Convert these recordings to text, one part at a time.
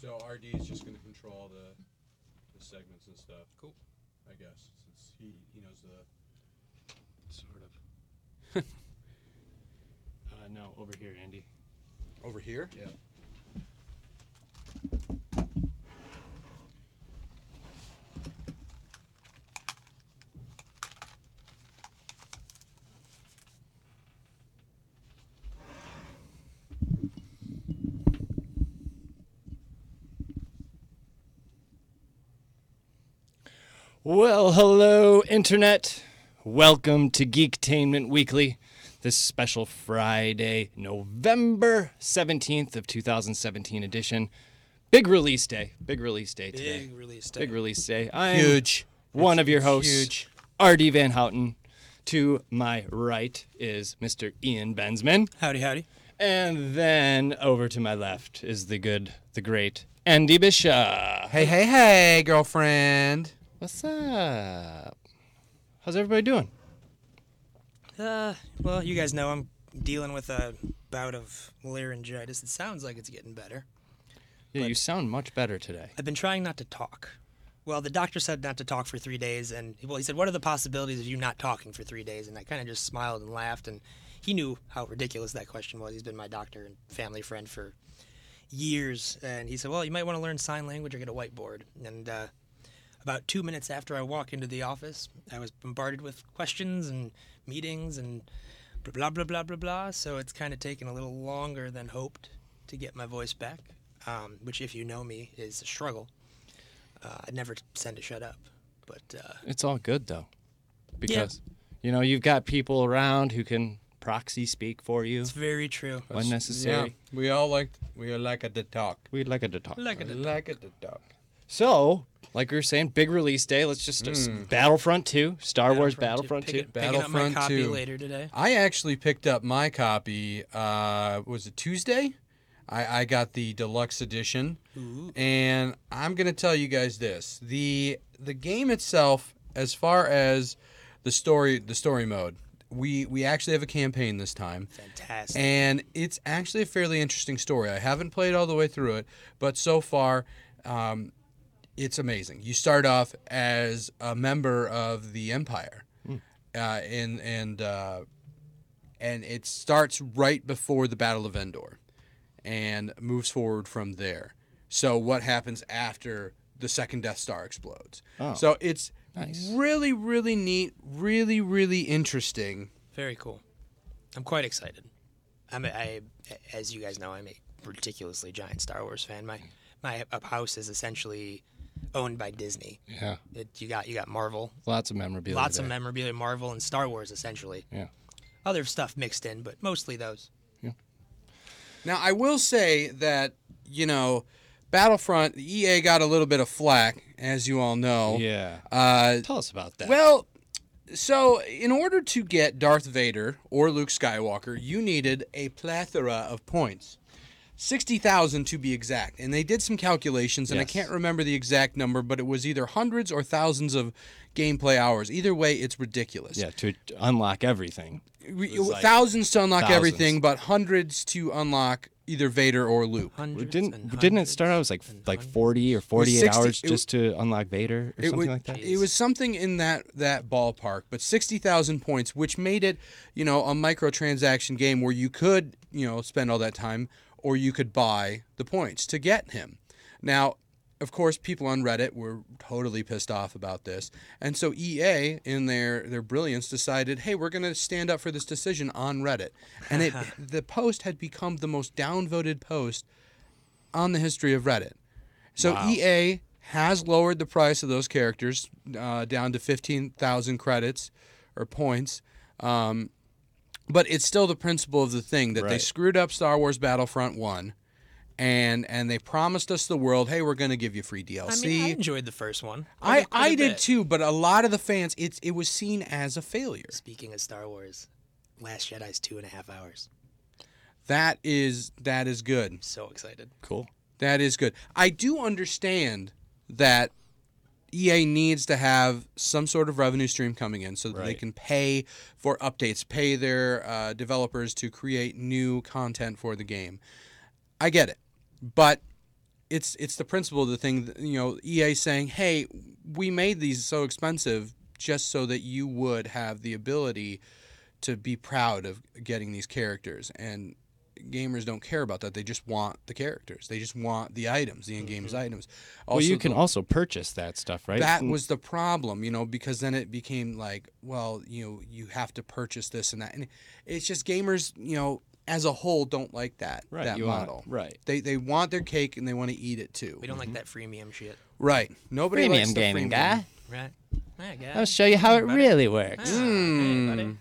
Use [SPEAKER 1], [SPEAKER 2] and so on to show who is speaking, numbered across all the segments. [SPEAKER 1] So RD is just gonna control the, the segments and stuff.
[SPEAKER 2] Cool.
[SPEAKER 1] I guess, since he, he knows the,
[SPEAKER 3] Sort of. uh, no, over here, Andy.
[SPEAKER 1] over here?
[SPEAKER 3] Yeah. Well, hello, Internet. Welcome to Geektainment Weekly, this special Friday, November 17th of 2017 edition. Big release day. Big release day today.
[SPEAKER 2] Big release day.
[SPEAKER 3] Big release day. I'm huge. One of your hosts, huge. R.D. Van Houten. To my right is Mr. Ian Benzman,
[SPEAKER 2] Howdy, howdy.
[SPEAKER 3] and then over to my left is the good, the great Andy Bishop.
[SPEAKER 4] Hey, hey, hey, girlfriend.
[SPEAKER 3] What's up? How's everybody doing?
[SPEAKER 2] Uh, well, you guys know I'm dealing with a bout of laryngitis. It sounds like it's getting better.
[SPEAKER 3] Yeah, you sound much better today.
[SPEAKER 2] I've been trying not to talk. Well, the doctor said not to talk for three days, and well, he said, "What are the possibilities of you not talking for three days?" And I kind of just smiled and laughed, and he knew how ridiculous that question was. He's been my doctor and family friend for years, and he said, "Well, you might want to learn sign language or get a whiteboard." And uh, about two minutes after I walk into the office, I was bombarded with questions and meetings and blah blah blah blah blah blah. So it's kind of taken a little longer than hoped to get my voice back, um, which, if you know me, is a struggle. Uh, I never tend to shut up, but uh,
[SPEAKER 3] It's all good though, because you know you've got people around who can proxy speak for you
[SPEAKER 2] it's very true.
[SPEAKER 3] when necessary.
[SPEAKER 4] Yeah, we all like we all like it to talk.
[SPEAKER 3] We'd like it to talk.
[SPEAKER 2] Look
[SPEAKER 4] We
[SPEAKER 2] at it.
[SPEAKER 4] like it to talk.
[SPEAKER 3] So, like we were saying, big release day. Let's just s- Battlefront Two, Star Wars Battlefront Two.
[SPEAKER 2] Pick- picking up my
[SPEAKER 4] Battlefront
[SPEAKER 2] copy
[SPEAKER 4] 2.
[SPEAKER 2] later today.
[SPEAKER 4] I actually picked up my copy. Uh, was it Tuesday? I, I got the deluxe edition,
[SPEAKER 2] Ooh.
[SPEAKER 4] and I'm gonna tell you guys this: the the game itself, as far as the story, the story mode. We we actually have a campaign this time.
[SPEAKER 2] Fantastic.
[SPEAKER 4] And it's actually a fairly interesting story. I haven't played all the way through it, but so far, um, it's amazing. You start off as a member of the Empire,
[SPEAKER 3] Hmm.
[SPEAKER 4] uh, and and uh, and it starts right before the Battle of Endor, and moves forward from there. So what happens after the second Death Star explodes?
[SPEAKER 3] Oh.
[SPEAKER 4] So it's
[SPEAKER 3] Nice.
[SPEAKER 4] really really neat, really really interesting.
[SPEAKER 2] Very cool. I'm quite excited. I'm a, I, as you guys know, I'm a ridiculously giant Star Wars fan. My my up house is essentially owned by Disney.
[SPEAKER 3] Yeah,
[SPEAKER 2] It, you got you got Marvel,
[SPEAKER 3] lots of memorabilia.
[SPEAKER 2] lots of
[SPEAKER 3] there.
[SPEAKER 2] memorabilia, Marvel and Star Wars essentially.
[SPEAKER 3] Yeah.
[SPEAKER 2] Other stuff mixed in, but mostly those.
[SPEAKER 4] Now, I will say that, you know, Battlefront, the EA got a little bit of flack, as you all know.
[SPEAKER 3] Yeah.
[SPEAKER 4] Oh. Uh,
[SPEAKER 3] Tell us about that.
[SPEAKER 4] well, so in order to get Darth Vader or Luke Skywalker, you needed a plethora of points. 60,000 to be exact. And they did some calculations, and
[SPEAKER 3] Yes.
[SPEAKER 4] I can't remember the exact number, but it was either hundreds or thousands of gameplay hours. Either way, it's ridiculous.
[SPEAKER 3] yeah, to to unlock everything.
[SPEAKER 4] We-
[SPEAKER 3] was like
[SPEAKER 4] thousands to unlock
[SPEAKER 3] thousands.
[SPEAKER 4] everything, but hundreds to unlock either Vader or Luke.
[SPEAKER 2] Hundreds
[SPEAKER 3] Didn't didn't it start out as like like forty or forty eight
[SPEAKER 4] 60
[SPEAKER 3] hours
[SPEAKER 4] it-
[SPEAKER 3] just to unlock Vader or something
[SPEAKER 4] was,
[SPEAKER 3] like that?
[SPEAKER 4] It was something in that that ballpark, but sixty thousand points, which made it, you know, a microtransaction game where you could, you know, spend all that time, or you could buy the points to get him. Now, of course, people on Reddit were totally pissed off about this, and so EA, in their their brilliance, decided, hey, we're going to stand up for this decision on Reddit, and it the post had become the most downvoted post on the history of Reddit. So
[SPEAKER 3] Wow.
[SPEAKER 4] EA has lowered the price of those characters uh, down to 15,000 credits or points. Um, but it's still the principle of the thing that they
[SPEAKER 3] Right.
[SPEAKER 4] screwed up Star Wars Battlefront 1 and and they promised us the world, "Hey, we're going to give you free
[SPEAKER 2] I
[SPEAKER 4] DLC."
[SPEAKER 2] mean, I enjoyed the first one.
[SPEAKER 4] I,
[SPEAKER 2] Quite a- quite a
[SPEAKER 4] I did
[SPEAKER 2] bit.
[SPEAKER 4] too, but a lot of the fans it's it was seen as a failure.
[SPEAKER 2] Speaking of Star Wars, Last Jedi's two and a half hours.
[SPEAKER 4] That is that is good.
[SPEAKER 2] I'm so excited.
[SPEAKER 3] cool.
[SPEAKER 4] That is good. I do understand that EA E needs to have some sort of revenue stream coming in so that they
[SPEAKER 3] Right.
[SPEAKER 4] can pay for updates, pay their uh, developers to create new content for the game. I get it. But it's it's the principle of the thing. that, You know, EA saying, "Hey, we made these so expensive just so that you would have the ability to be proud of getting these characters." And gamers don't care about that. They just want the characters. They just want the items, the in-game items. Also,
[SPEAKER 3] Mm-hmm. well, you
[SPEAKER 4] the-
[SPEAKER 3] can also purchase that stuff, right? Mm.
[SPEAKER 4] that was the problem, you know, because then it became like, well, you know, you have to purchase this and that, and it's just gamers, you know, as a whole, don't like that
[SPEAKER 3] right.
[SPEAKER 4] that
[SPEAKER 3] you want-
[SPEAKER 4] model.
[SPEAKER 3] right.
[SPEAKER 4] They they want their cake and they want to eat it too.
[SPEAKER 2] We don't
[SPEAKER 3] Mm-hmm.
[SPEAKER 2] like that freemium shit,
[SPEAKER 4] Right. Nobody likes
[SPEAKER 3] Premium
[SPEAKER 4] the
[SPEAKER 3] gaming
[SPEAKER 4] freemium.
[SPEAKER 3] guy.
[SPEAKER 2] right? Yeah,
[SPEAKER 3] I'll
[SPEAKER 2] guys.
[SPEAKER 3] show you how it really works. Hmm.
[SPEAKER 2] Mm.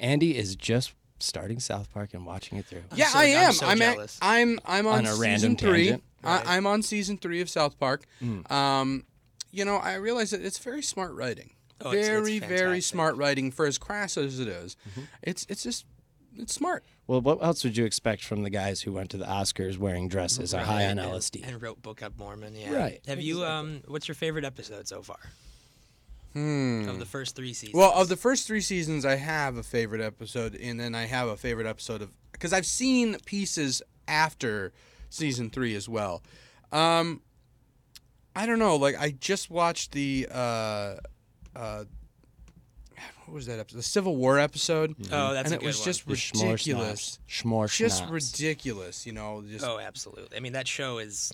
[SPEAKER 3] Andy is just starting South Park and watching it through.
[SPEAKER 4] Yeah,
[SPEAKER 2] so-
[SPEAKER 4] I
[SPEAKER 2] I'm
[SPEAKER 4] am.
[SPEAKER 2] so
[SPEAKER 4] I'm, at-
[SPEAKER 2] jealous.
[SPEAKER 4] I'm I'm on,
[SPEAKER 3] On a
[SPEAKER 4] season
[SPEAKER 3] random
[SPEAKER 4] three.
[SPEAKER 3] tangent. Mm.
[SPEAKER 2] Right.
[SPEAKER 4] I, I'm on season three of South Park. Um, you know, I realize that it's very smart writing.
[SPEAKER 2] Oh, it's- it's
[SPEAKER 4] very very
[SPEAKER 2] fantastic.
[SPEAKER 4] smart writing for as crass as it is.
[SPEAKER 3] Mm-hmm.
[SPEAKER 4] It's it's just it's smart.
[SPEAKER 3] Well, what else would you expect from the guys who went to the Oscars wearing dresses or high on
[SPEAKER 2] And-
[SPEAKER 3] LSD?
[SPEAKER 2] and wrote Book of Mormon. Yeah.
[SPEAKER 3] Right,
[SPEAKER 2] Have you um? What's your favorite episode so far
[SPEAKER 4] Hmm.
[SPEAKER 2] of the first three seasons?
[SPEAKER 4] Well, of the first three seasons, I have a favorite episode, and then I have a favorite episode of because I've seen pieces after season three as well. Um, I don't know. Like I just watched the uh, uh, what was that episode? The Civil War episode.
[SPEAKER 2] oh, that's
[SPEAKER 4] and
[SPEAKER 2] a
[SPEAKER 4] it
[SPEAKER 2] good
[SPEAKER 4] was
[SPEAKER 2] one.
[SPEAKER 4] just
[SPEAKER 3] Mm-hmm. The schmore
[SPEAKER 4] ridiculous.
[SPEAKER 3] schnapps. Schmore
[SPEAKER 4] Just
[SPEAKER 3] schnapps.
[SPEAKER 4] ridiculous, you know. Just
[SPEAKER 2] Oh, absolutely. I mean, that show is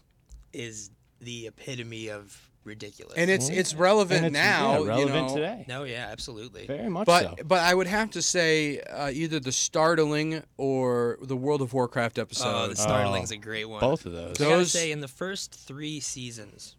[SPEAKER 2] is the epitome of ridiculous.
[SPEAKER 4] and it's it's relevant
[SPEAKER 3] And it's,
[SPEAKER 4] now.
[SPEAKER 3] yeah,
[SPEAKER 4] you
[SPEAKER 3] relevant
[SPEAKER 4] know.
[SPEAKER 3] today.
[SPEAKER 2] no, yeah, absolutely.
[SPEAKER 3] Very much
[SPEAKER 4] But
[SPEAKER 3] so.
[SPEAKER 4] but I would have to say uh, either the startling or the World of Warcraft episode.
[SPEAKER 2] Oh, the Starling's a great one.
[SPEAKER 3] Both of those.
[SPEAKER 2] I gotta
[SPEAKER 4] Those-
[SPEAKER 2] say, in the first three seasons,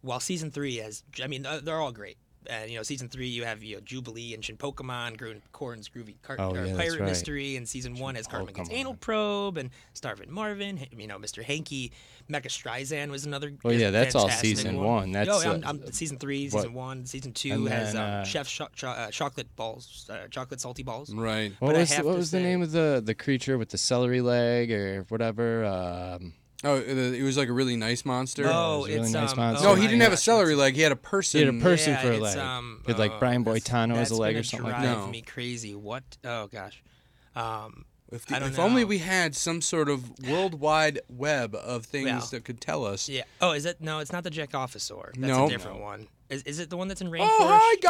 [SPEAKER 2] while season three has, I mean, uh, they're all great. And you know, season three you have you know Jubilee and Shin Pokemon, Gru- Corn's Groovy Cart-
[SPEAKER 3] Oh,
[SPEAKER 2] or
[SPEAKER 3] yeah, that's
[SPEAKER 2] Pirate
[SPEAKER 3] right.
[SPEAKER 2] Mystery, and season one has Cartman Gets
[SPEAKER 3] Pokemon.
[SPEAKER 2] Anal Probe and Starvin Marvin. H- You know, Mr. Hanky, Mecha Streisand was another.
[SPEAKER 3] Oh, yeah, that's all
[SPEAKER 2] fantastic
[SPEAKER 3] season one. That's,
[SPEAKER 2] oh, yeah, I'm,
[SPEAKER 3] uh,
[SPEAKER 2] I'm- season three,
[SPEAKER 3] what-
[SPEAKER 2] season one, season two
[SPEAKER 3] And
[SPEAKER 2] has
[SPEAKER 3] then,
[SPEAKER 2] um,
[SPEAKER 3] uh,
[SPEAKER 2] Chef cho- cho- uh, Chocolate Balls, uh, Chocolate Salty Balls.
[SPEAKER 4] Right.
[SPEAKER 3] What
[SPEAKER 2] but I
[SPEAKER 3] was, the-
[SPEAKER 2] have
[SPEAKER 3] what
[SPEAKER 2] to
[SPEAKER 3] was the
[SPEAKER 2] say-
[SPEAKER 3] name of the, the creature with the celery leg or whatever? Um,
[SPEAKER 4] Oh, it it was like a really nice monster.
[SPEAKER 2] Oh,
[SPEAKER 3] it was a really
[SPEAKER 2] it's
[SPEAKER 3] nice
[SPEAKER 2] um,
[SPEAKER 3] monster.
[SPEAKER 2] oh
[SPEAKER 4] no, he
[SPEAKER 2] my
[SPEAKER 4] didn't have a
[SPEAKER 2] gosh,
[SPEAKER 4] celery leg. He had a person.
[SPEAKER 3] he had a person
[SPEAKER 2] Yeah,
[SPEAKER 3] for a
[SPEAKER 2] it's,
[SPEAKER 3] leg.
[SPEAKER 2] um,
[SPEAKER 3] Did like
[SPEAKER 2] uh,
[SPEAKER 3] Brian
[SPEAKER 2] that's-
[SPEAKER 3] Boitano as
[SPEAKER 2] that's
[SPEAKER 3] a leg
[SPEAKER 2] gonna
[SPEAKER 3] or something like
[SPEAKER 2] drive
[SPEAKER 3] that.
[SPEAKER 4] No.
[SPEAKER 2] me crazy. What? Oh gosh. Um,
[SPEAKER 4] If, the-
[SPEAKER 2] I don't
[SPEAKER 4] if only
[SPEAKER 2] know.
[SPEAKER 4] we had some sort of worldwide web of things
[SPEAKER 2] Well,
[SPEAKER 4] that could tell us.
[SPEAKER 2] yeah. Oh, is it? No, it's not the Jack Officer. That's
[SPEAKER 4] No.
[SPEAKER 2] a different one. Is, is it the one that's in rainforest?
[SPEAKER 4] Oh, hi,
[SPEAKER 2] Rain-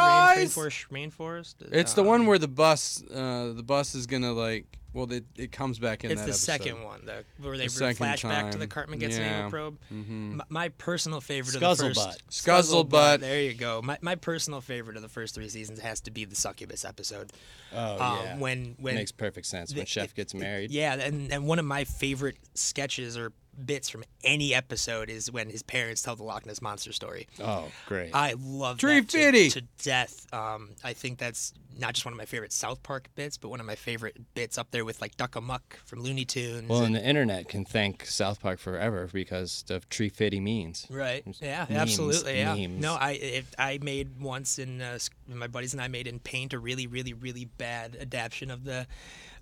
[SPEAKER 4] guys!
[SPEAKER 2] Rainforest. Rainforest.
[SPEAKER 4] It's the one
[SPEAKER 2] Um,
[SPEAKER 4] where the bus, uh, the bus is gonna like. Well, it, it comes back in
[SPEAKER 2] It's the
[SPEAKER 4] that episode.
[SPEAKER 2] second one, the, where they
[SPEAKER 4] The second
[SPEAKER 2] flash back to the
[SPEAKER 4] time.
[SPEAKER 2] Cartman gets an
[SPEAKER 4] Yeah.
[SPEAKER 2] anal probe.
[SPEAKER 4] Mhm.
[SPEAKER 2] My, my personal favorite of the first.
[SPEAKER 3] Mm. Scuzzlebutt.
[SPEAKER 4] Scuzzlebutt.
[SPEAKER 2] There you go. My, my personal favorite of the first three seasons has to be the succubus episode.
[SPEAKER 3] Oh,
[SPEAKER 2] um,
[SPEAKER 3] yeah.
[SPEAKER 2] When when
[SPEAKER 3] Makes perfect sense when
[SPEAKER 2] the-
[SPEAKER 3] Chef
[SPEAKER 2] it-
[SPEAKER 3] gets married.
[SPEAKER 2] Yeah, and, and one of my favorite sketches or bits from any episode is when his parents tell the Loch Ness monster story.
[SPEAKER 3] Oh, great.
[SPEAKER 2] I love
[SPEAKER 4] Tree
[SPEAKER 2] that to,
[SPEAKER 4] Fitty.
[SPEAKER 2] to death. Um, I think that's not just one of my favorite South Park bits, but one of my favorite bits up there with like Duck Amuck from Looney Tunes.
[SPEAKER 3] well,
[SPEAKER 2] and-
[SPEAKER 3] and the internet can thank South Park forever because of Tree Fitty means.
[SPEAKER 2] Right. Yeah.
[SPEAKER 3] memes,
[SPEAKER 2] absolutely. Yeah.
[SPEAKER 3] memes.
[SPEAKER 2] No, I if I made once in uh, s- my buddies and I made in paint a really really really bad adaptation of the.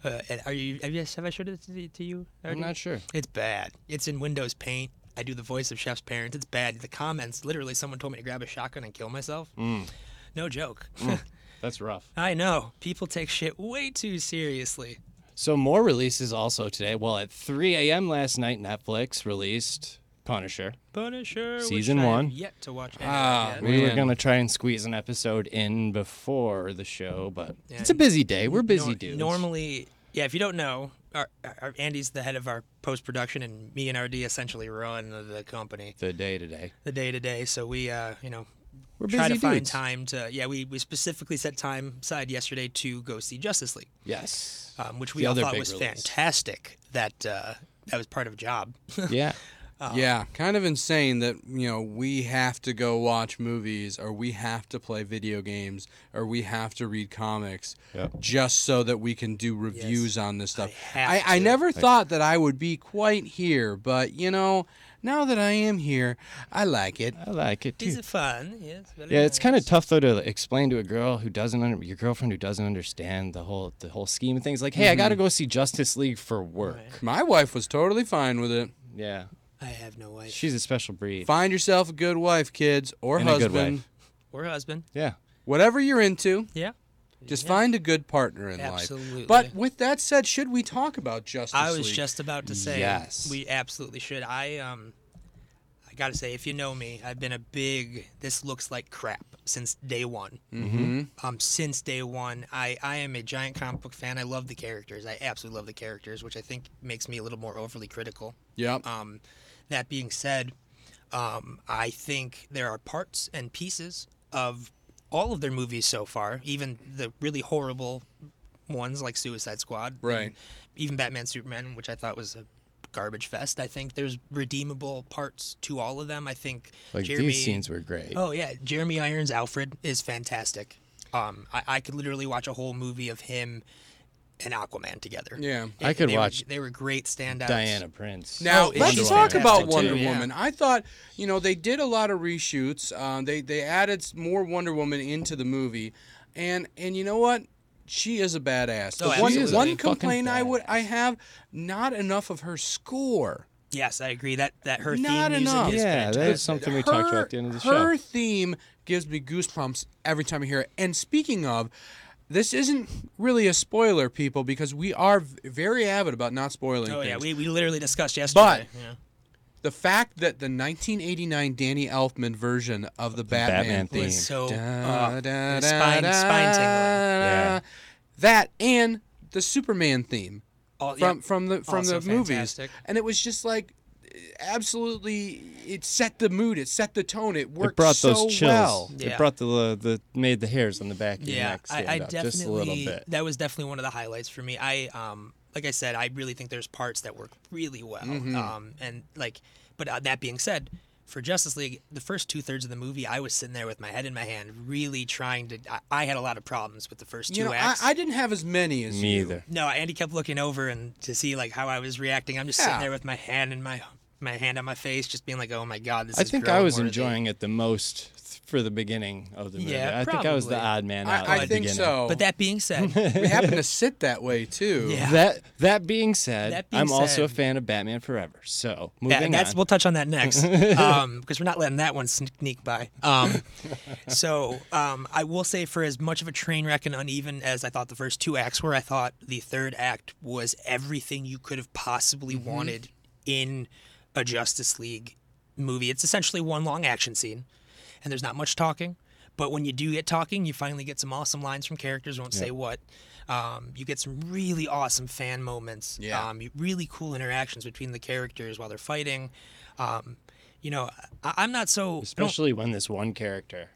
[SPEAKER 2] Uh, and are you? Have, you, have I showed it to, to you?
[SPEAKER 3] I'm
[SPEAKER 2] already?
[SPEAKER 3] not sure.
[SPEAKER 2] It's bad. It's in Windows Paint. I do the voice of Chef's parents. It's bad. The comments literally, someone told me to grab a shotgun and kill myself.
[SPEAKER 3] Mm.
[SPEAKER 2] No joke.
[SPEAKER 3] That's rough.
[SPEAKER 2] I know. People take shit way too seriously.
[SPEAKER 3] So more releases also today. Well, at 3 a.m. last night, Netflix released Punisher.
[SPEAKER 2] Punisher. which
[SPEAKER 3] Season
[SPEAKER 2] I have
[SPEAKER 3] one.
[SPEAKER 2] yet to watch.
[SPEAKER 4] Ah,
[SPEAKER 2] yet.
[SPEAKER 3] We were
[SPEAKER 4] Man.
[SPEAKER 3] gonna try and squeeze an episode in before the show, but
[SPEAKER 2] Yeah.
[SPEAKER 3] it's a busy day. We're busy
[SPEAKER 2] Nor-
[SPEAKER 3] dudes.
[SPEAKER 2] Normally, yeah. If you don't know, our, our, Andy's the head of our post production, and me and RD essentially run the company,
[SPEAKER 3] the day today.
[SPEAKER 2] the day to day. So we, uh, you know,
[SPEAKER 3] We're busy
[SPEAKER 2] try to find
[SPEAKER 3] dudes.
[SPEAKER 2] time to. Yeah, we, we specifically set time aside yesterday to go see Justice League,
[SPEAKER 3] Yes.
[SPEAKER 2] um, which
[SPEAKER 3] The
[SPEAKER 2] we all
[SPEAKER 3] other
[SPEAKER 2] thought
[SPEAKER 3] big
[SPEAKER 2] was
[SPEAKER 3] release.
[SPEAKER 2] fantastic. That uh, that was part of a job.
[SPEAKER 3] yeah.
[SPEAKER 4] yeah, Um, kind of insane that you know we have to go watch movies, or we have to play video games, or we have to read comics,
[SPEAKER 3] Yep.
[SPEAKER 4] just so that we can do reviews on this stuff.
[SPEAKER 2] I have
[SPEAKER 4] I, I,
[SPEAKER 2] to.
[SPEAKER 4] never thought that I would be quite here, but you know, now that I am here, I like it.
[SPEAKER 3] I like it too.
[SPEAKER 2] Is it fun? Yes.
[SPEAKER 3] yeah, it's kind of tough though to explain to a girl who doesn't under, your girlfriend who doesn't understand the whole the whole scheme of things. Like, hey, I gotta go see Justice League for work.
[SPEAKER 4] My wife was totally fine with it.
[SPEAKER 3] Yeah,
[SPEAKER 2] I have no wife
[SPEAKER 3] she's a special breed.
[SPEAKER 4] Find yourself a good wife, kids, or
[SPEAKER 3] And a good
[SPEAKER 4] husband,
[SPEAKER 3] wife.
[SPEAKER 2] or husband.
[SPEAKER 3] Yeah.
[SPEAKER 4] whatever you're into.
[SPEAKER 2] Yeah.
[SPEAKER 4] Just find a good partner in
[SPEAKER 2] Absolutely.
[SPEAKER 4] life. But with that said, should we talk about Justice
[SPEAKER 2] I was
[SPEAKER 4] League?
[SPEAKER 2] just about to say
[SPEAKER 3] Yes.
[SPEAKER 2] we absolutely should. I um I gotta say, if you know me, I've been a big this looks like crap since day one.
[SPEAKER 3] Mm.
[SPEAKER 2] Mm-hmm. Um, since day one, I I am a giant comic book fan. I love the characters. I absolutely love the characters, which I think makes me a little more overly critical.
[SPEAKER 4] Yep.
[SPEAKER 2] Um, that being said, um, I think there are parts and pieces of all of their movies so far, even the really horrible ones like Suicide Squad,
[SPEAKER 4] Right.
[SPEAKER 2] and Even Batman Superman, which I thought was a garbage fest. I think there's redeemable parts to all of them. I think
[SPEAKER 5] Like
[SPEAKER 2] Jeremy.
[SPEAKER 5] these scenes were great.
[SPEAKER 2] Oh yeah, Jeremy Irons Alfred is fantastic. Um, I, I could literally watch a whole movie of him and Aquaman together.
[SPEAKER 4] Yeah.
[SPEAKER 2] And
[SPEAKER 5] I could
[SPEAKER 2] they were-
[SPEAKER 5] watch
[SPEAKER 2] they were great standouts.
[SPEAKER 5] Diana Prince.
[SPEAKER 4] Now
[SPEAKER 2] Oh, it's
[SPEAKER 4] let's
[SPEAKER 2] Wonder
[SPEAKER 4] talk
[SPEAKER 2] Woman.
[SPEAKER 4] about
[SPEAKER 5] Fantastic,
[SPEAKER 4] Wonder
[SPEAKER 5] too, yeah.
[SPEAKER 4] Woman. I thought you know they did a lot of reshoots. Uh, they they added s- more Wonder Woman into the movie, and and you know what? She is a badass. The
[SPEAKER 2] Oh,
[SPEAKER 4] one,
[SPEAKER 2] absolutely.
[SPEAKER 4] one
[SPEAKER 5] Fucking
[SPEAKER 4] complaint I would
[SPEAKER 5] badass.
[SPEAKER 4] I have not enough of her score.
[SPEAKER 2] Yes, I agree. That that her
[SPEAKER 4] Not
[SPEAKER 2] theme music
[SPEAKER 4] enough.
[SPEAKER 2] is
[SPEAKER 5] Yeah, that
[SPEAKER 2] fantastic.
[SPEAKER 5] is something we talked
[SPEAKER 4] Her-
[SPEAKER 5] about at the end of the
[SPEAKER 4] Her
[SPEAKER 5] show.
[SPEAKER 4] theme gives me goosebumps every time I hear it. And speaking of, this isn't really a spoiler, people, because we are v- very avid about not spoiling.
[SPEAKER 2] Oh yeah,
[SPEAKER 4] things.
[SPEAKER 2] we, we literally discussed yesterday. yeah.
[SPEAKER 4] the fact that the 1989 Danny Elfman version of the Batman,
[SPEAKER 5] Batman
[SPEAKER 2] It
[SPEAKER 4] theme,
[SPEAKER 2] was
[SPEAKER 5] theme.
[SPEAKER 2] so
[SPEAKER 4] Da,
[SPEAKER 2] uh,
[SPEAKER 4] da,
[SPEAKER 2] it was
[SPEAKER 4] da,
[SPEAKER 2] spine,
[SPEAKER 4] da,
[SPEAKER 2] spine tingling.
[SPEAKER 5] Yeah.
[SPEAKER 4] that and the Superman theme
[SPEAKER 2] All,
[SPEAKER 4] from
[SPEAKER 2] yeah.
[SPEAKER 4] from the from
[SPEAKER 2] Also
[SPEAKER 4] the movies,
[SPEAKER 2] fantastic.
[SPEAKER 4] and it was just like absolutely it set the mood, it set the tone, it worked
[SPEAKER 5] It brought
[SPEAKER 4] so
[SPEAKER 5] those chills.
[SPEAKER 4] well.
[SPEAKER 2] Yeah.
[SPEAKER 5] It brought the, the made the hairs on the back of your
[SPEAKER 2] yeah,
[SPEAKER 5] neck stand
[SPEAKER 2] I, I
[SPEAKER 5] up just a little
[SPEAKER 2] definitely
[SPEAKER 5] bit.
[SPEAKER 2] that was definitely one of the highlights for me. I um like I said, I really think there's parts that work really well.
[SPEAKER 4] Mm-hmm.
[SPEAKER 2] Um and like, but uh, that being said, for Justice League, the first two thirds of the movie, I was sitting there with my head in my hand, really trying to. I, I had a lot of problems with the first two
[SPEAKER 4] You know, I,
[SPEAKER 2] acts.
[SPEAKER 4] I didn't have as many as
[SPEAKER 5] Me
[SPEAKER 4] you.
[SPEAKER 5] either.
[SPEAKER 2] No, Andy kept looking over and to see like how I was reacting. I'm just
[SPEAKER 4] Yeah.
[SPEAKER 2] sitting there with my hand in my my hand on my face, just being like, "Oh my god, this
[SPEAKER 5] I
[SPEAKER 2] is."
[SPEAKER 5] think I was
[SPEAKER 2] Groundworthy."
[SPEAKER 5] enjoying it the most th- for the beginning of the movie.
[SPEAKER 2] Yeah,
[SPEAKER 5] I think I was the
[SPEAKER 2] probably.
[SPEAKER 5] odd man out.
[SPEAKER 4] I, I
[SPEAKER 5] at the
[SPEAKER 4] think
[SPEAKER 5] beginning.
[SPEAKER 4] so.
[SPEAKER 2] But that being said,
[SPEAKER 4] we happened to sit that way too.
[SPEAKER 2] Yeah.
[SPEAKER 5] That that being said,
[SPEAKER 2] That being
[SPEAKER 5] I'm also a
[SPEAKER 2] said-
[SPEAKER 5] fan of Batman Forever. So
[SPEAKER 2] that-
[SPEAKER 5] moving
[SPEAKER 2] that's
[SPEAKER 5] on.
[SPEAKER 2] we'll touch on that next because we're not letting that one sneak by. Um, so um, I will say, for as much of a train wreck and uneven as I thought the first two acts were, I thought the third act was everything you could have possibly
[SPEAKER 5] Mm-hmm.
[SPEAKER 2] wanted in a Justice League movie. It's essentially one long action scene, and there's not much talking. But when you do get talking, you finally get some awesome lines from characters. Won't say what. Um, you get some really awesome fan moments.
[SPEAKER 4] Yeah.
[SPEAKER 2] Um, you- really cool interactions between the characters while they're fighting. Um, you know, I, I'm not so. I don't-
[SPEAKER 5] especially when this one character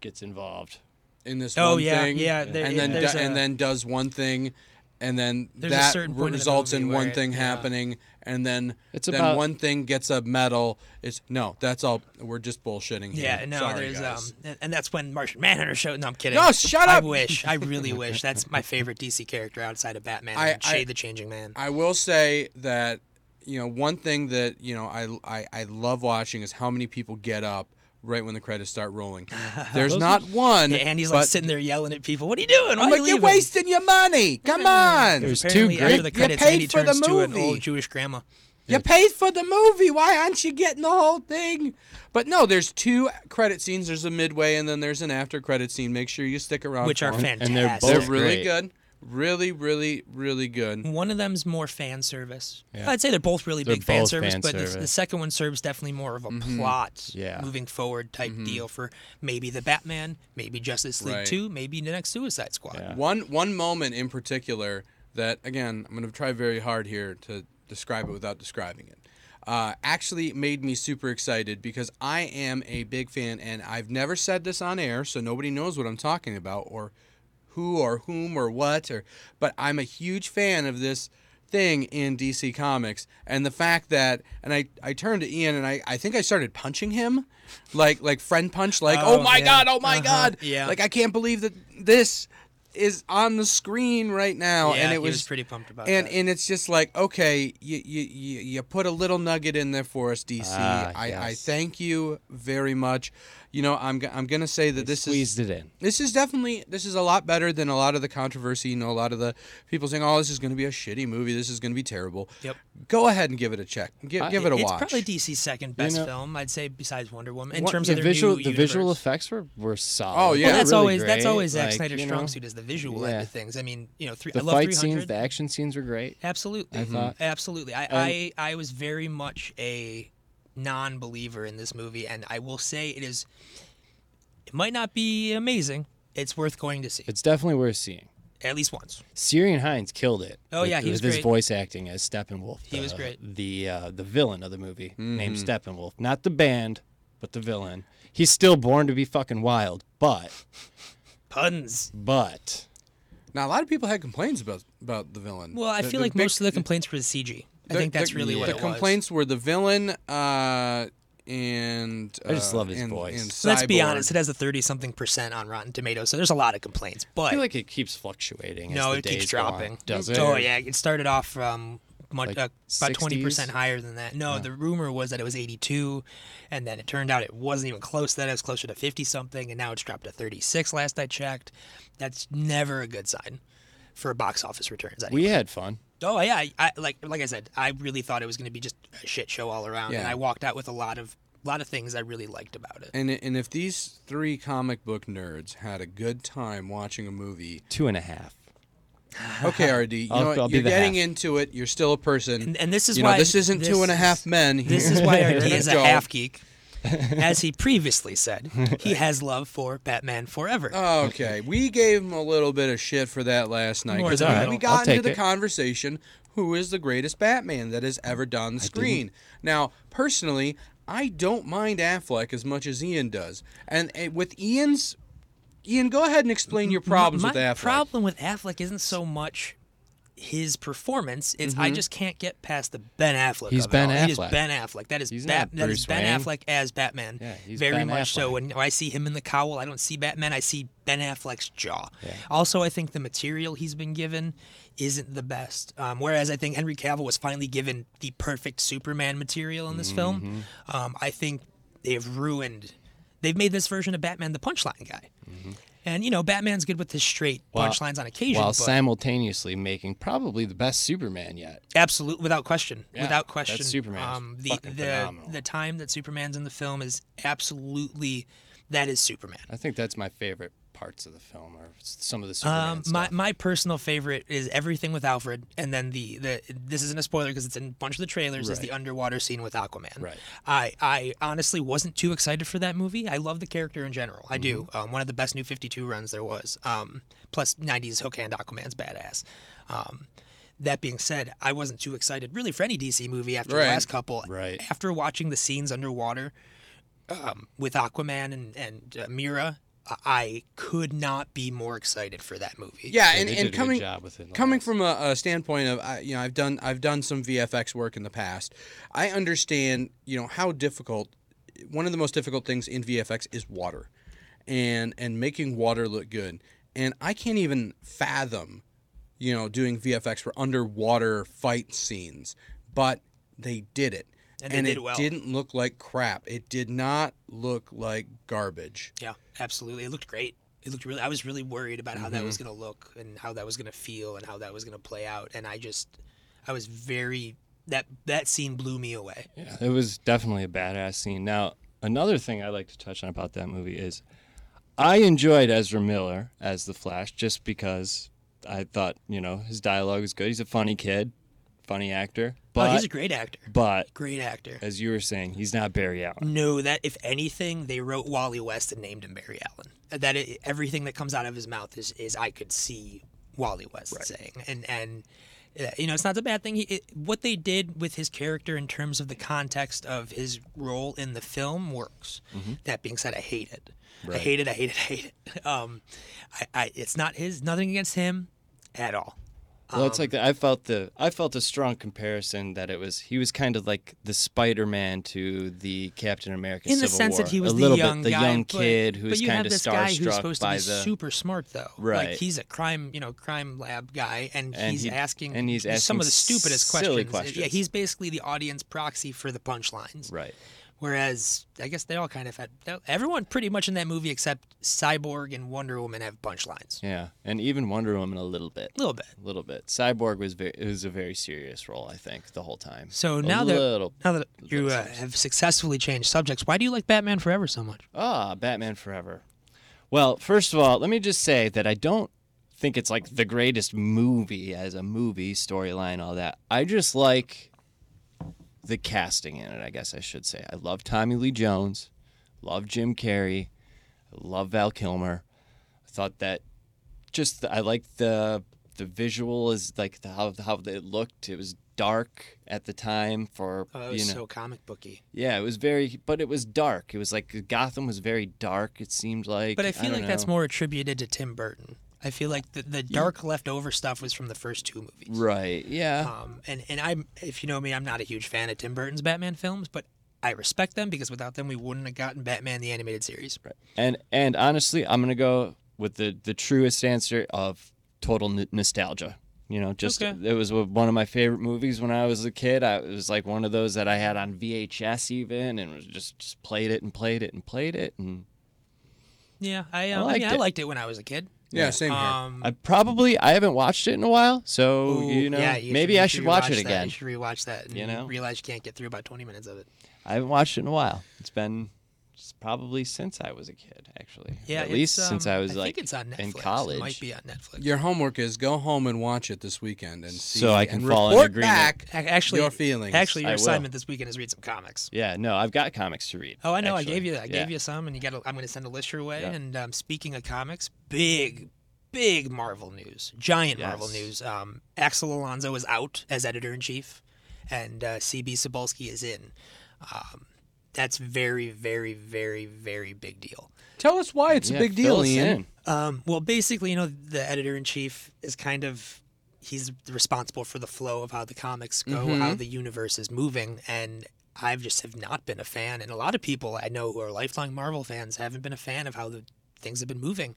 [SPEAKER 5] gets involved.
[SPEAKER 4] in this
[SPEAKER 2] Oh,
[SPEAKER 4] one
[SPEAKER 2] yeah,
[SPEAKER 4] thing,
[SPEAKER 2] yeah, there-
[SPEAKER 4] and
[SPEAKER 2] yeah,
[SPEAKER 4] then
[SPEAKER 2] there's
[SPEAKER 4] do-
[SPEAKER 2] a-
[SPEAKER 4] and then does one thing, and then
[SPEAKER 2] There's a
[SPEAKER 4] that
[SPEAKER 2] certain
[SPEAKER 4] re-
[SPEAKER 2] point in the
[SPEAKER 4] results in
[SPEAKER 2] movie
[SPEAKER 4] one
[SPEAKER 2] where it-
[SPEAKER 4] thing
[SPEAKER 2] yeah.
[SPEAKER 4] happening, and then
[SPEAKER 5] It's
[SPEAKER 4] then
[SPEAKER 5] about-
[SPEAKER 4] one thing gets a medal. It's no, that's all. We're just bullshitting here.
[SPEAKER 2] Yeah, no,
[SPEAKER 4] Sorry,
[SPEAKER 2] there's
[SPEAKER 4] guys.
[SPEAKER 2] um, and, and that's when Martian Manhunter showed. No, I'm kidding.
[SPEAKER 4] No, shut up!
[SPEAKER 2] I wish. I really wish. That's my favorite DC character outside of Batman.
[SPEAKER 4] I-
[SPEAKER 2] and Shade
[SPEAKER 4] I-
[SPEAKER 2] the Changing Man.
[SPEAKER 4] I will say that you know one thing that you know I I, I love watching is how many people get up right when the credits start rolling. There's not one.
[SPEAKER 2] Yeah, Andy's
[SPEAKER 4] but,
[SPEAKER 2] like sitting there yelling at people. What are you doing? Why
[SPEAKER 4] I'm
[SPEAKER 2] are
[SPEAKER 4] like,
[SPEAKER 2] you
[SPEAKER 4] you're
[SPEAKER 2] leaving?"
[SPEAKER 4] wasting your money. Come on.
[SPEAKER 5] There's two
[SPEAKER 2] Apparently,
[SPEAKER 5] great
[SPEAKER 2] after the
[SPEAKER 4] You
[SPEAKER 2] credits,
[SPEAKER 4] paid
[SPEAKER 2] Andy
[SPEAKER 4] for the
[SPEAKER 2] turns to an
[SPEAKER 4] movie.
[SPEAKER 2] old Jewish grandma.
[SPEAKER 4] You paid for the movie. Why aren't you getting the whole thing? But no, there's two credit scenes. There's a midway, and then there's an after credit scene. Make sure you stick around.
[SPEAKER 2] Which
[SPEAKER 4] for
[SPEAKER 2] are
[SPEAKER 4] 'em.
[SPEAKER 2] fantastic.
[SPEAKER 5] they're
[SPEAKER 4] They're
[SPEAKER 5] both
[SPEAKER 4] really
[SPEAKER 5] great.
[SPEAKER 4] good. Really, really, really good.
[SPEAKER 2] One of them's more fan service. I'd say they're both really big fan
[SPEAKER 5] both
[SPEAKER 2] service,
[SPEAKER 5] fan
[SPEAKER 2] but the- The,
[SPEAKER 5] service. Mm-hmm.
[SPEAKER 2] second one serves definitely more of a plot
[SPEAKER 5] Yeah. Mm-hmm.
[SPEAKER 2] moving forward type deal for maybe the Batman, maybe Justice League
[SPEAKER 4] Right.
[SPEAKER 2] 2, maybe the next Suicide Squad.
[SPEAKER 5] Yeah.
[SPEAKER 4] One one moment in particular that again, I'm gonna try very hard here to describe it without describing it. Uh, actually made me super excited because I am a big fan, and I've never said this on air, so nobody knows what I'm talking about or who or whom or what or. But I'm a huge fan of this thing in DC Comics, and the fact that, and I, I turned to Ian and I, I think I started punching him, like like friend punch, like oh,
[SPEAKER 2] Oh,
[SPEAKER 4] my
[SPEAKER 2] yeah.
[SPEAKER 4] god, oh my
[SPEAKER 2] Uh-huh.
[SPEAKER 4] god,
[SPEAKER 2] Yeah.
[SPEAKER 4] like I can't believe that this is on the screen right now,
[SPEAKER 2] Yeah,
[SPEAKER 4] and
[SPEAKER 2] he
[SPEAKER 4] it was,
[SPEAKER 2] was pretty pumped about
[SPEAKER 4] and,
[SPEAKER 2] that.
[SPEAKER 4] And it's just like, okay, you you, you you put a little nugget in there for us, DC.
[SPEAKER 5] Ah,
[SPEAKER 4] I, I
[SPEAKER 5] yes.
[SPEAKER 4] thank you very much. You know, I'm go- I'm gonna say that this is
[SPEAKER 5] Squeezed it in.
[SPEAKER 4] this is definitely this is a lot better than a lot of the controversy. You know, a lot of the people saying, "Oh, this is going to be a shitty movie. This is going to be terrible."
[SPEAKER 2] Yep. Uh,
[SPEAKER 4] Go ahead and give it a check. Give, give it a
[SPEAKER 2] it's
[SPEAKER 4] watch.
[SPEAKER 2] probably DC's second best
[SPEAKER 5] know-
[SPEAKER 2] film, I'd say, besides Wonder Woman in
[SPEAKER 5] What-
[SPEAKER 2] terms
[SPEAKER 5] the
[SPEAKER 2] of their
[SPEAKER 5] visual,
[SPEAKER 2] new
[SPEAKER 5] the visual
[SPEAKER 2] universe.
[SPEAKER 5] effects were, were solid.
[SPEAKER 4] Oh,
[SPEAKER 5] They
[SPEAKER 4] yeah.
[SPEAKER 2] Well,
[SPEAKER 5] were
[SPEAKER 2] that's
[SPEAKER 5] really
[SPEAKER 2] always that's
[SPEAKER 5] great.
[SPEAKER 2] always Zack
[SPEAKER 5] Like,
[SPEAKER 2] Snyder's
[SPEAKER 5] you know,
[SPEAKER 2] strong suit is the visual end
[SPEAKER 5] yeah.
[SPEAKER 2] of things. I mean, you know, three,
[SPEAKER 5] The
[SPEAKER 2] I love
[SPEAKER 5] fight
[SPEAKER 2] 300.
[SPEAKER 5] scenes, the action scenes were great.
[SPEAKER 2] Absolutely.
[SPEAKER 5] thought.
[SPEAKER 2] Absolutely. I, I I was very much a non-believer in this movie, and I will say it is. It might not be amazing. It's worth going to see
[SPEAKER 3] It's definitely worth seeing.
[SPEAKER 2] at least once.
[SPEAKER 3] Syrian Hines killed it.
[SPEAKER 2] Oh,
[SPEAKER 3] with,
[SPEAKER 2] yeah, he was
[SPEAKER 3] with his
[SPEAKER 2] great.
[SPEAKER 3] voice acting as Steppenwolf.
[SPEAKER 2] He
[SPEAKER 3] the-
[SPEAKER 2] was great.
[SPEAKER 3] The uh, the villain of the movie named Steppenwolf, not the band, but the villain. He's still born to be fucking wild, but
[SPEAKER 2] Puns.
[SPEAKER 3] but
[SPEAKER 4] Now a lot of people had complaints about about the villain.
[SPEAKER 2] Well, I
[SPEAKER 4] The-
[SPEAKER 2] feel
[SPEAKER 4] the
[SPEAKER 2] like
[SPEAKER 4] big-
[SPEAKER 2] most of the complaints were the CG. I
[SPEAKER 4] the-
[SPEAKER 2] think that's
[SPEAKER 4] the-
[SPEAKER 2] really what
[SPEAKER 4] the
[SPEAKER 2] it was.
[SPEAKER 4] complaints were the villain uh, and uh,
[SPEAKER 3] I just love his
[SPEAKER 4] and-
[SPEAKER 3] voice.
[SPEAKER 4] and
[SPEAKER 2] Let's be
[SPEAKER 4] Cyborg.
[SPEAKER 2] honest, it has a 30 something percent on Rotten Tomatoes, so there's a lot of complaints.
[SPEAKER 3] I
[SPEAKER 2] But
[SPEAKER 3] feel like it keeps fluctuating. as
[SPEAKER 2] no,
[SPEAKER 3] the
[SPEAKER 2] it keeps
[SPEAKER 3] days go on,
[SPEAKER 2] dropping.
[SPEAKER 3] does it?
[SPEAKER 2] Oh, yeah. It started off um, much,
[SPEAKER 3] Like
[SPEAKER 2] uh, about 20%
[SPEAKER 3] 60s?
[SPEAKER 2] higher than that. No, the rumor was that it was 82, and then it turned out it wasn't even close to that. It was closer to 50 something, and now it's dropped to 36 last I checked. That's never a good sign for box office returns. anyway.
[SPEAKER 3] We had fun.
[SPEAKER 2] Oh yeah, I, I like like I said, I really thought it was going to be just a shit show all around, and
[SPEAKER 4] Yeah.
[SPEAKER 2] I walked out with a lot of lot of things I really liked about it.
[SPEAKER 4] And and if these three comic book nerds had a good time watching a movie,
[SPEAKER 3] Two and a half.
[SPEAKER 4] okay, RD, you
[SPEAKER 3] I'll-
[SPEAKER 4] know what?
[SPEAKER 3] I'll be
[SPEAKER 4] you're
[SPEAKER 3] the
[SPEAKER 4] getting
[SPEAKER 3] half.
[SPEAKER 4] into it. You're still a person.
[SPEAKER 2] And, and this is
[SPEAKER 4] you
[SPEAKER 2] why
[SPEAKER 4] know, this isn't two and a half men.
[SPEAKER 2] This is
[SPEAKER 4] here.
[SPEAKER 2] why
[SPEAKER 4] You're
[SPEAKER 2] RD
[SPEAKER 4] an
[SPEAKER 2] is a
[SPEAKER 4] adult.
[SPEAKER 2] half geek, as he previously said. He has love for Batman Forever.
[SPEAKER 4] Oh, Okay, we gave him a little bit of shit for that last night.
[SPEAKER 2] More
[SPEAKER 4] 'cause
[SPEAKER 2] than
[SPEAKER 4] we-
[SPEAKER 2] I don't-
[SPEAKER 4] we
[SPEAKER 3] I'll
[SPEAKER 4] got
[SPEAKER 3] take
[SPEAKER 4] into the
[SPEAKER 3] it.
[SPEAKER 4] conversation: who is the greatest Batman that has ever done the screen? Now, personally, I don't mind Affleck as much as Ian does, and, and with Ian's, Ian, go ahead and explain your problems
[SPEAKER 2] My
[SPEAKER 4] with Affleck.
[SPEAKER 2] problem with Affleck isn't so much his performance; it's I just can't get past the Ben Affleck.
[SPEAKER 3] Mm-hmm. He's
[SPEAKER 2] of it
[SPEAKER 3] Ben
[SPEAKER 2] all. He is
[SPEAKER 3] Affleck.
[SPEAKER 2] Ben Affleck. That is,
[SPEAKER 3] He's
[SPEAKER 2] Bat-
[SPEAKER 3] not
[SPEAKER 2] that
[SPEAKER 3] Bruce
[SPEAKER 2] is Ben
[SPEAKER 3] Wayne.
[SPEAKER 2] Affleck as Batman.
[SPEAKER 3] Yeah, he's
[SPEAKER 2] very
[SPEAKER 3] Ben
[SPEAKER 2] much so.
[SPEAKER 3] Affleck.
[SPEAKER 2] When I see him in the cowl, I don't see Batman. I see Ben Affleck's jaw. Also, I think the material he's been given isn't the best. Um, whereas I think Henry Cavill was finally given the perfect Superman material in this film.
[SPEAKER 3] Mm-hmm.
[SPEAKER 2] Um, I think they've ruined. They've made this version of Batman the punchline guy. And you know, Batman's good with his straight punchlines on occasion,
[SPEAKER 3] While
[SPEAKER 2] but
[SPEAKER 3] simultaneously making probabely the best Superman yet.
[SPEAKER 2] absolutely without question,
[SPEAKER 3] Yeah,
[SPEAKER 2] without
[SPEAKER 3] that
[SPEAKER 2] question, Um,
[SPEAKER 3] Superman is
[SPEAKER 2] the
[SPEAKER 3] fucking
[SPEAKER 2] the
[SPEAKER 3] phenomenal.
[SPEAKER 2] the time that Superman's in the film is absolutely that is Superman.
[SPEAKER 3] I think that's my favorite parts of the film or s- some of the Superman
[SPEAKER 2] Um, my
[SPEAKER 3] stuff.
[SPEAKER 2] my personal favorite is everything with Alfred, and then the the this isn't a spoiler because it's in a bunch of the trailers. Is the underwater scene with Aquaman?
[SPEAKER 3] Right.
[SPEAKER 2] I I honestly wasn't too excited for that movie. I love the character in general. I do.
[SPEAKER 3] Mm-hmm.
[SPEAKER 2] Um, one of the best New Fifty Two runs there was. Um, plus '90s Hook Hand Aquaman's badass. Um, that being said, I wasn't too excited really for any DC movie after
[SPEAKER 4] Right.
[SPEAKER 2] the last couple.
[SPEAKER 3] Right.
[SPEAKER 2] After watching the scenes underwater, with Aquaman and and uh, Mira, I- I could not be more excited for that movie.
[SPEAKER 4] Yeah,
[SPEAKER 3] Yeah,
[SPEAKER 4] and,
[SPEAKER 3] they
[SPEAKER 4] and
[SPEAKER 3] did a good
[SPEAKER 4] coming
[SPEAKER 3] job with it in the
[SPEAKER 4] coming
[SPEAKER 3] last-
[SPEAKER 4] from a, a standpoint of I, you know I've done I've done some VFX work in the past. I understand you know how difficult one of the most difficult things in VFX is water, and and making water look good. And I can't even fathom you know doing VFX for underwater fight scenes, but they did it.
[SPEAKER 2] And they did
[SPEAKER 4] it
[SPEAKER 2] well.
[SPEAKER 4] didn't look like crap. It did not look like garbage.
[SPEAKER 2] Yeah, absolutely. It looked great. It looked really. I was really worried about how that was going to look and how that was going to feel and how that was going to play out. And I just, I was very that that scene blew me away.
[SPEAKER 3] Yeah, it was definitely a badass scene. Now, another thing I like to touch on about that movie is I enjoyed Ezra Miller as the Flash just because I thought, you know, his dialogue was good. He's a funny kid, funny actor. But
[SPEAKER 2] oh, he's a great actor.
[SPEAKER 3] but
[SPEAKER 2] Great actor.
[SPEAKER 3] as you were saying, he's not Barry Allen.
[SPEAKER 2] No, that if anything, they wrote Wally West and named him Barry Allen. That it, everything that comes out of his mouth is is I could see Wally West saying, and and uh, you know it's not a bad thing. He, it, what they did with his character in terms of the context of his role in the film works. That being said, I hate it. I hate it. I hate it. I hate it. Um, I, I it's not his. Nothing against him, at all. Um,
[SPEAKER 3] Well, it's like the, I felt the I felt a strong comparison that it was he was kind of like the Spider-Man to the Captain America
[SPEAKER 2] in the
[SPEAKER 3] Civil
[SPEAKER 2] sense
[SPEAKER 3] War.
[SPEAKER 2] that he was
[SPEAKER 3] a little
[SPEAKER 2] the young
[SPEAKER 3] bit,
[SPEAKER 2] guy,
[SPEAKER 3] the young
[SPEAKER 2] but-
[SPEAKER 3] kid
[SPEAKER 2] but
[SPEAKER 3] who's
[SPEAKER 2] you have
[SPEAKER 3] kind of
[SPEAKER 2] this guy who's
[SPEAKER 3] starstruck
[SPEAKER 2] supposed to
[SPEAKER 3] by
[SPEAKER 2] be
[SPEAKER 3] the
[SPEAKER 2] super smart though.
[SPEAKER 3] Right.
[SPEAKER 2] like he's a crime, you know, crime lab guy, and,
[SPEAKER 3] And
[SPEAKER 2] he's
[SPEAKER 3] he-
[SPEAKER 2] asking
[SPEAKER 3] and he's
[SPEAKER 2] some
[SPEAKER 3] asking
[SPEAKER 2] of the stupidest
[SPEAKER 3] silly
[SPEAKER 2] questions. Yeah,
[SPEAKER 3] questions.
[SPEAKER 2] he's basically the audience proxy for the punchlines.
[SPEAKER 3] right.
[SPEAKER 2] Whereas I guess they all kind of had everyone pretty much in that movie except Cyborg and Wonder Woman have punchlines
[SPEAKER 3] Yeah, and even Wonder Woman a little bit.
[SPEAKER 2] a little bit.
[SPEAKER 3] A little bit. Cyborg was very, it was a very serious role, I think, the whole time.
[SPEAKER 2] So
[SPEAKER 3] a
[SPEAKER 2] now that
[SPEAKER 3] little.
[SPEAKER 2] now that you uh, have successfully changed subjects, why do you like Batman Forever so much?
[SPEAKER 3] Ah, Batman Forever. Well, first of all, let me just say that I don't think it's like the greatest movie as a movie storyline, all that. I just like the casting in it, I guess I should say. I love Tommy Lee Jones, love Jim Carrey, I love Val Kilmer. I thought that just the, I liked the the visual is like the, how how it looked. It was dark at the time for
[SPEAKER 2] Oh, it
[SPEAKER 3] you
[SPEAKER 2] was
[SPEAKER 3] know
[SPEAKER 2] so comic booky.
[SPEAKER 3] yeah it was very but it was dark. It was like Gotham was very dark. It seemed like
[SPEAKER 2] But I feel
[SPEAKER 3] don't
[SPEAKER 2] like that's
[SPEAKER 3] know.
[SPEAKER 2] more attributed to Tim Burton. I feel like the, the dark leftover stuff was from the first two movies.
[SPEAKER 3] right. Yeah.
[SPEAKER 2] Um, and and I'm if you know me, I'm not a huge fan of Tim Burton's Batman films, but I respect them because without them, we wouldn't have gotten Batman the animated series. Right.
[SPEAKER 3] And and honestly, I'm gonna go with the the truest answer of total n- nostalgia. You know, just
[SPEAKER 2] Okay.
[SPEAKER 3] it was one of my favorite movies when I was a kid. I it was like one of those that I had on VHS even, and was just just played it and played it and played it, and
[SPEAKER 2] Yeah, I, um, I,
[SPEAKER 3] liked
[SPEAKER 2] mean, I
[SPEAKER 3] it.
[SPEAKER 2] liked it when I was a kid.
[SPEAKER 4] Yeah, same here.
[SPEAKER 2] Um,
[SPEAKER 3] I probably I haven't watched it in a while, so
[SPEAKER 2] ooh,
[SPEAKER 3] you know
[SPEAKER 2] yeah, you
[SPEAKER 3] maybe
[SPEAKER 2] you
[SPEAKER 3] I should watch
[SPEAKER 2] rewatch
[SPEAKER 3] it
[SPEAKER 2] that.
[SPEAKER 3] again.
[SPEAKER 2] You should rewatch that. And
[SPEAKER 3] You know?
[SPEAKER 2] realize you can't get through about 20 minutes of it.
[SPEAKER 3] I haven't watched it in a while. It's been just probably since I was a kid, actually.
[SPEAKER 2] Yeah,
[SPEAKER 3] at least
[SPEAKER 2] it's,
[SPEAKER 3] since
[SPEAKER 2] um,
[SPEAKER 3] I was like
[SPEAKER 2] think it's on Netflix.
[SPEAKER 3] in
[SPEAKER 2] It
[SPEAKER 3] college.
[SPEAKER 2] might be on Netflix.
[SPEAKER 4] Your homework is go home and watch it this weekend and see.
[SPEAKER 3] So I can
[SPEAKER 4] and
[SPEAKER 3] fall in
[SPEAKER 4] report
[SPEAKER 3] agreement.
[SPEAKER 4] back
[SPEAKER 2] Ac- Actually,
[SPEAKER 4] your feelings.
[SPEAKER 2] Actually, your
[SPEAKER 3] I will.
[SPEAKER 2] assignment this weekend is read some comics.
[SPEAKER 3] Yeah, no, I've got comics to read.
[SPEAKER 2] Oh, I know.
[SPEAKER 3] actually.
[SPEAKER 2] I gave you. I
[SPEAKER 3] Yeah.
[SPEAKER 2] gave you some, and you got. to I'm going to send a list your way.
[SPEAKER 3] Yeah.
[SPEAKER 2] And um, speaking of comics, big, big Marvel news, giant Marvel
[SPEAKER 3] Yes.
[SPEAKER 2] news. Um, Axel Alonso is out as editor in chief, and uh, CB Sobolski is in. Um, that's very, very, very, very big deal.
[SPEAKER 4] Tell us why it's
[SPEAKER 3] Yeah,
[SPEAKER 4] a big
[SPEAKER 3] fill
[SPEAKER 4] deal,
[SPEAKER 3] us
[SPEAKER 4] Ian.
[SPEAKER 3] in.
[SPEAKER 2] Um, well, basically, you know, the editor in chief is kind of he's responsible for the flow of how the comics go, how the universe is moving, and I've just have not been a fan, and a lot of people I know who are lifelong Marvel fans haven't been a fan of how the things have been moving.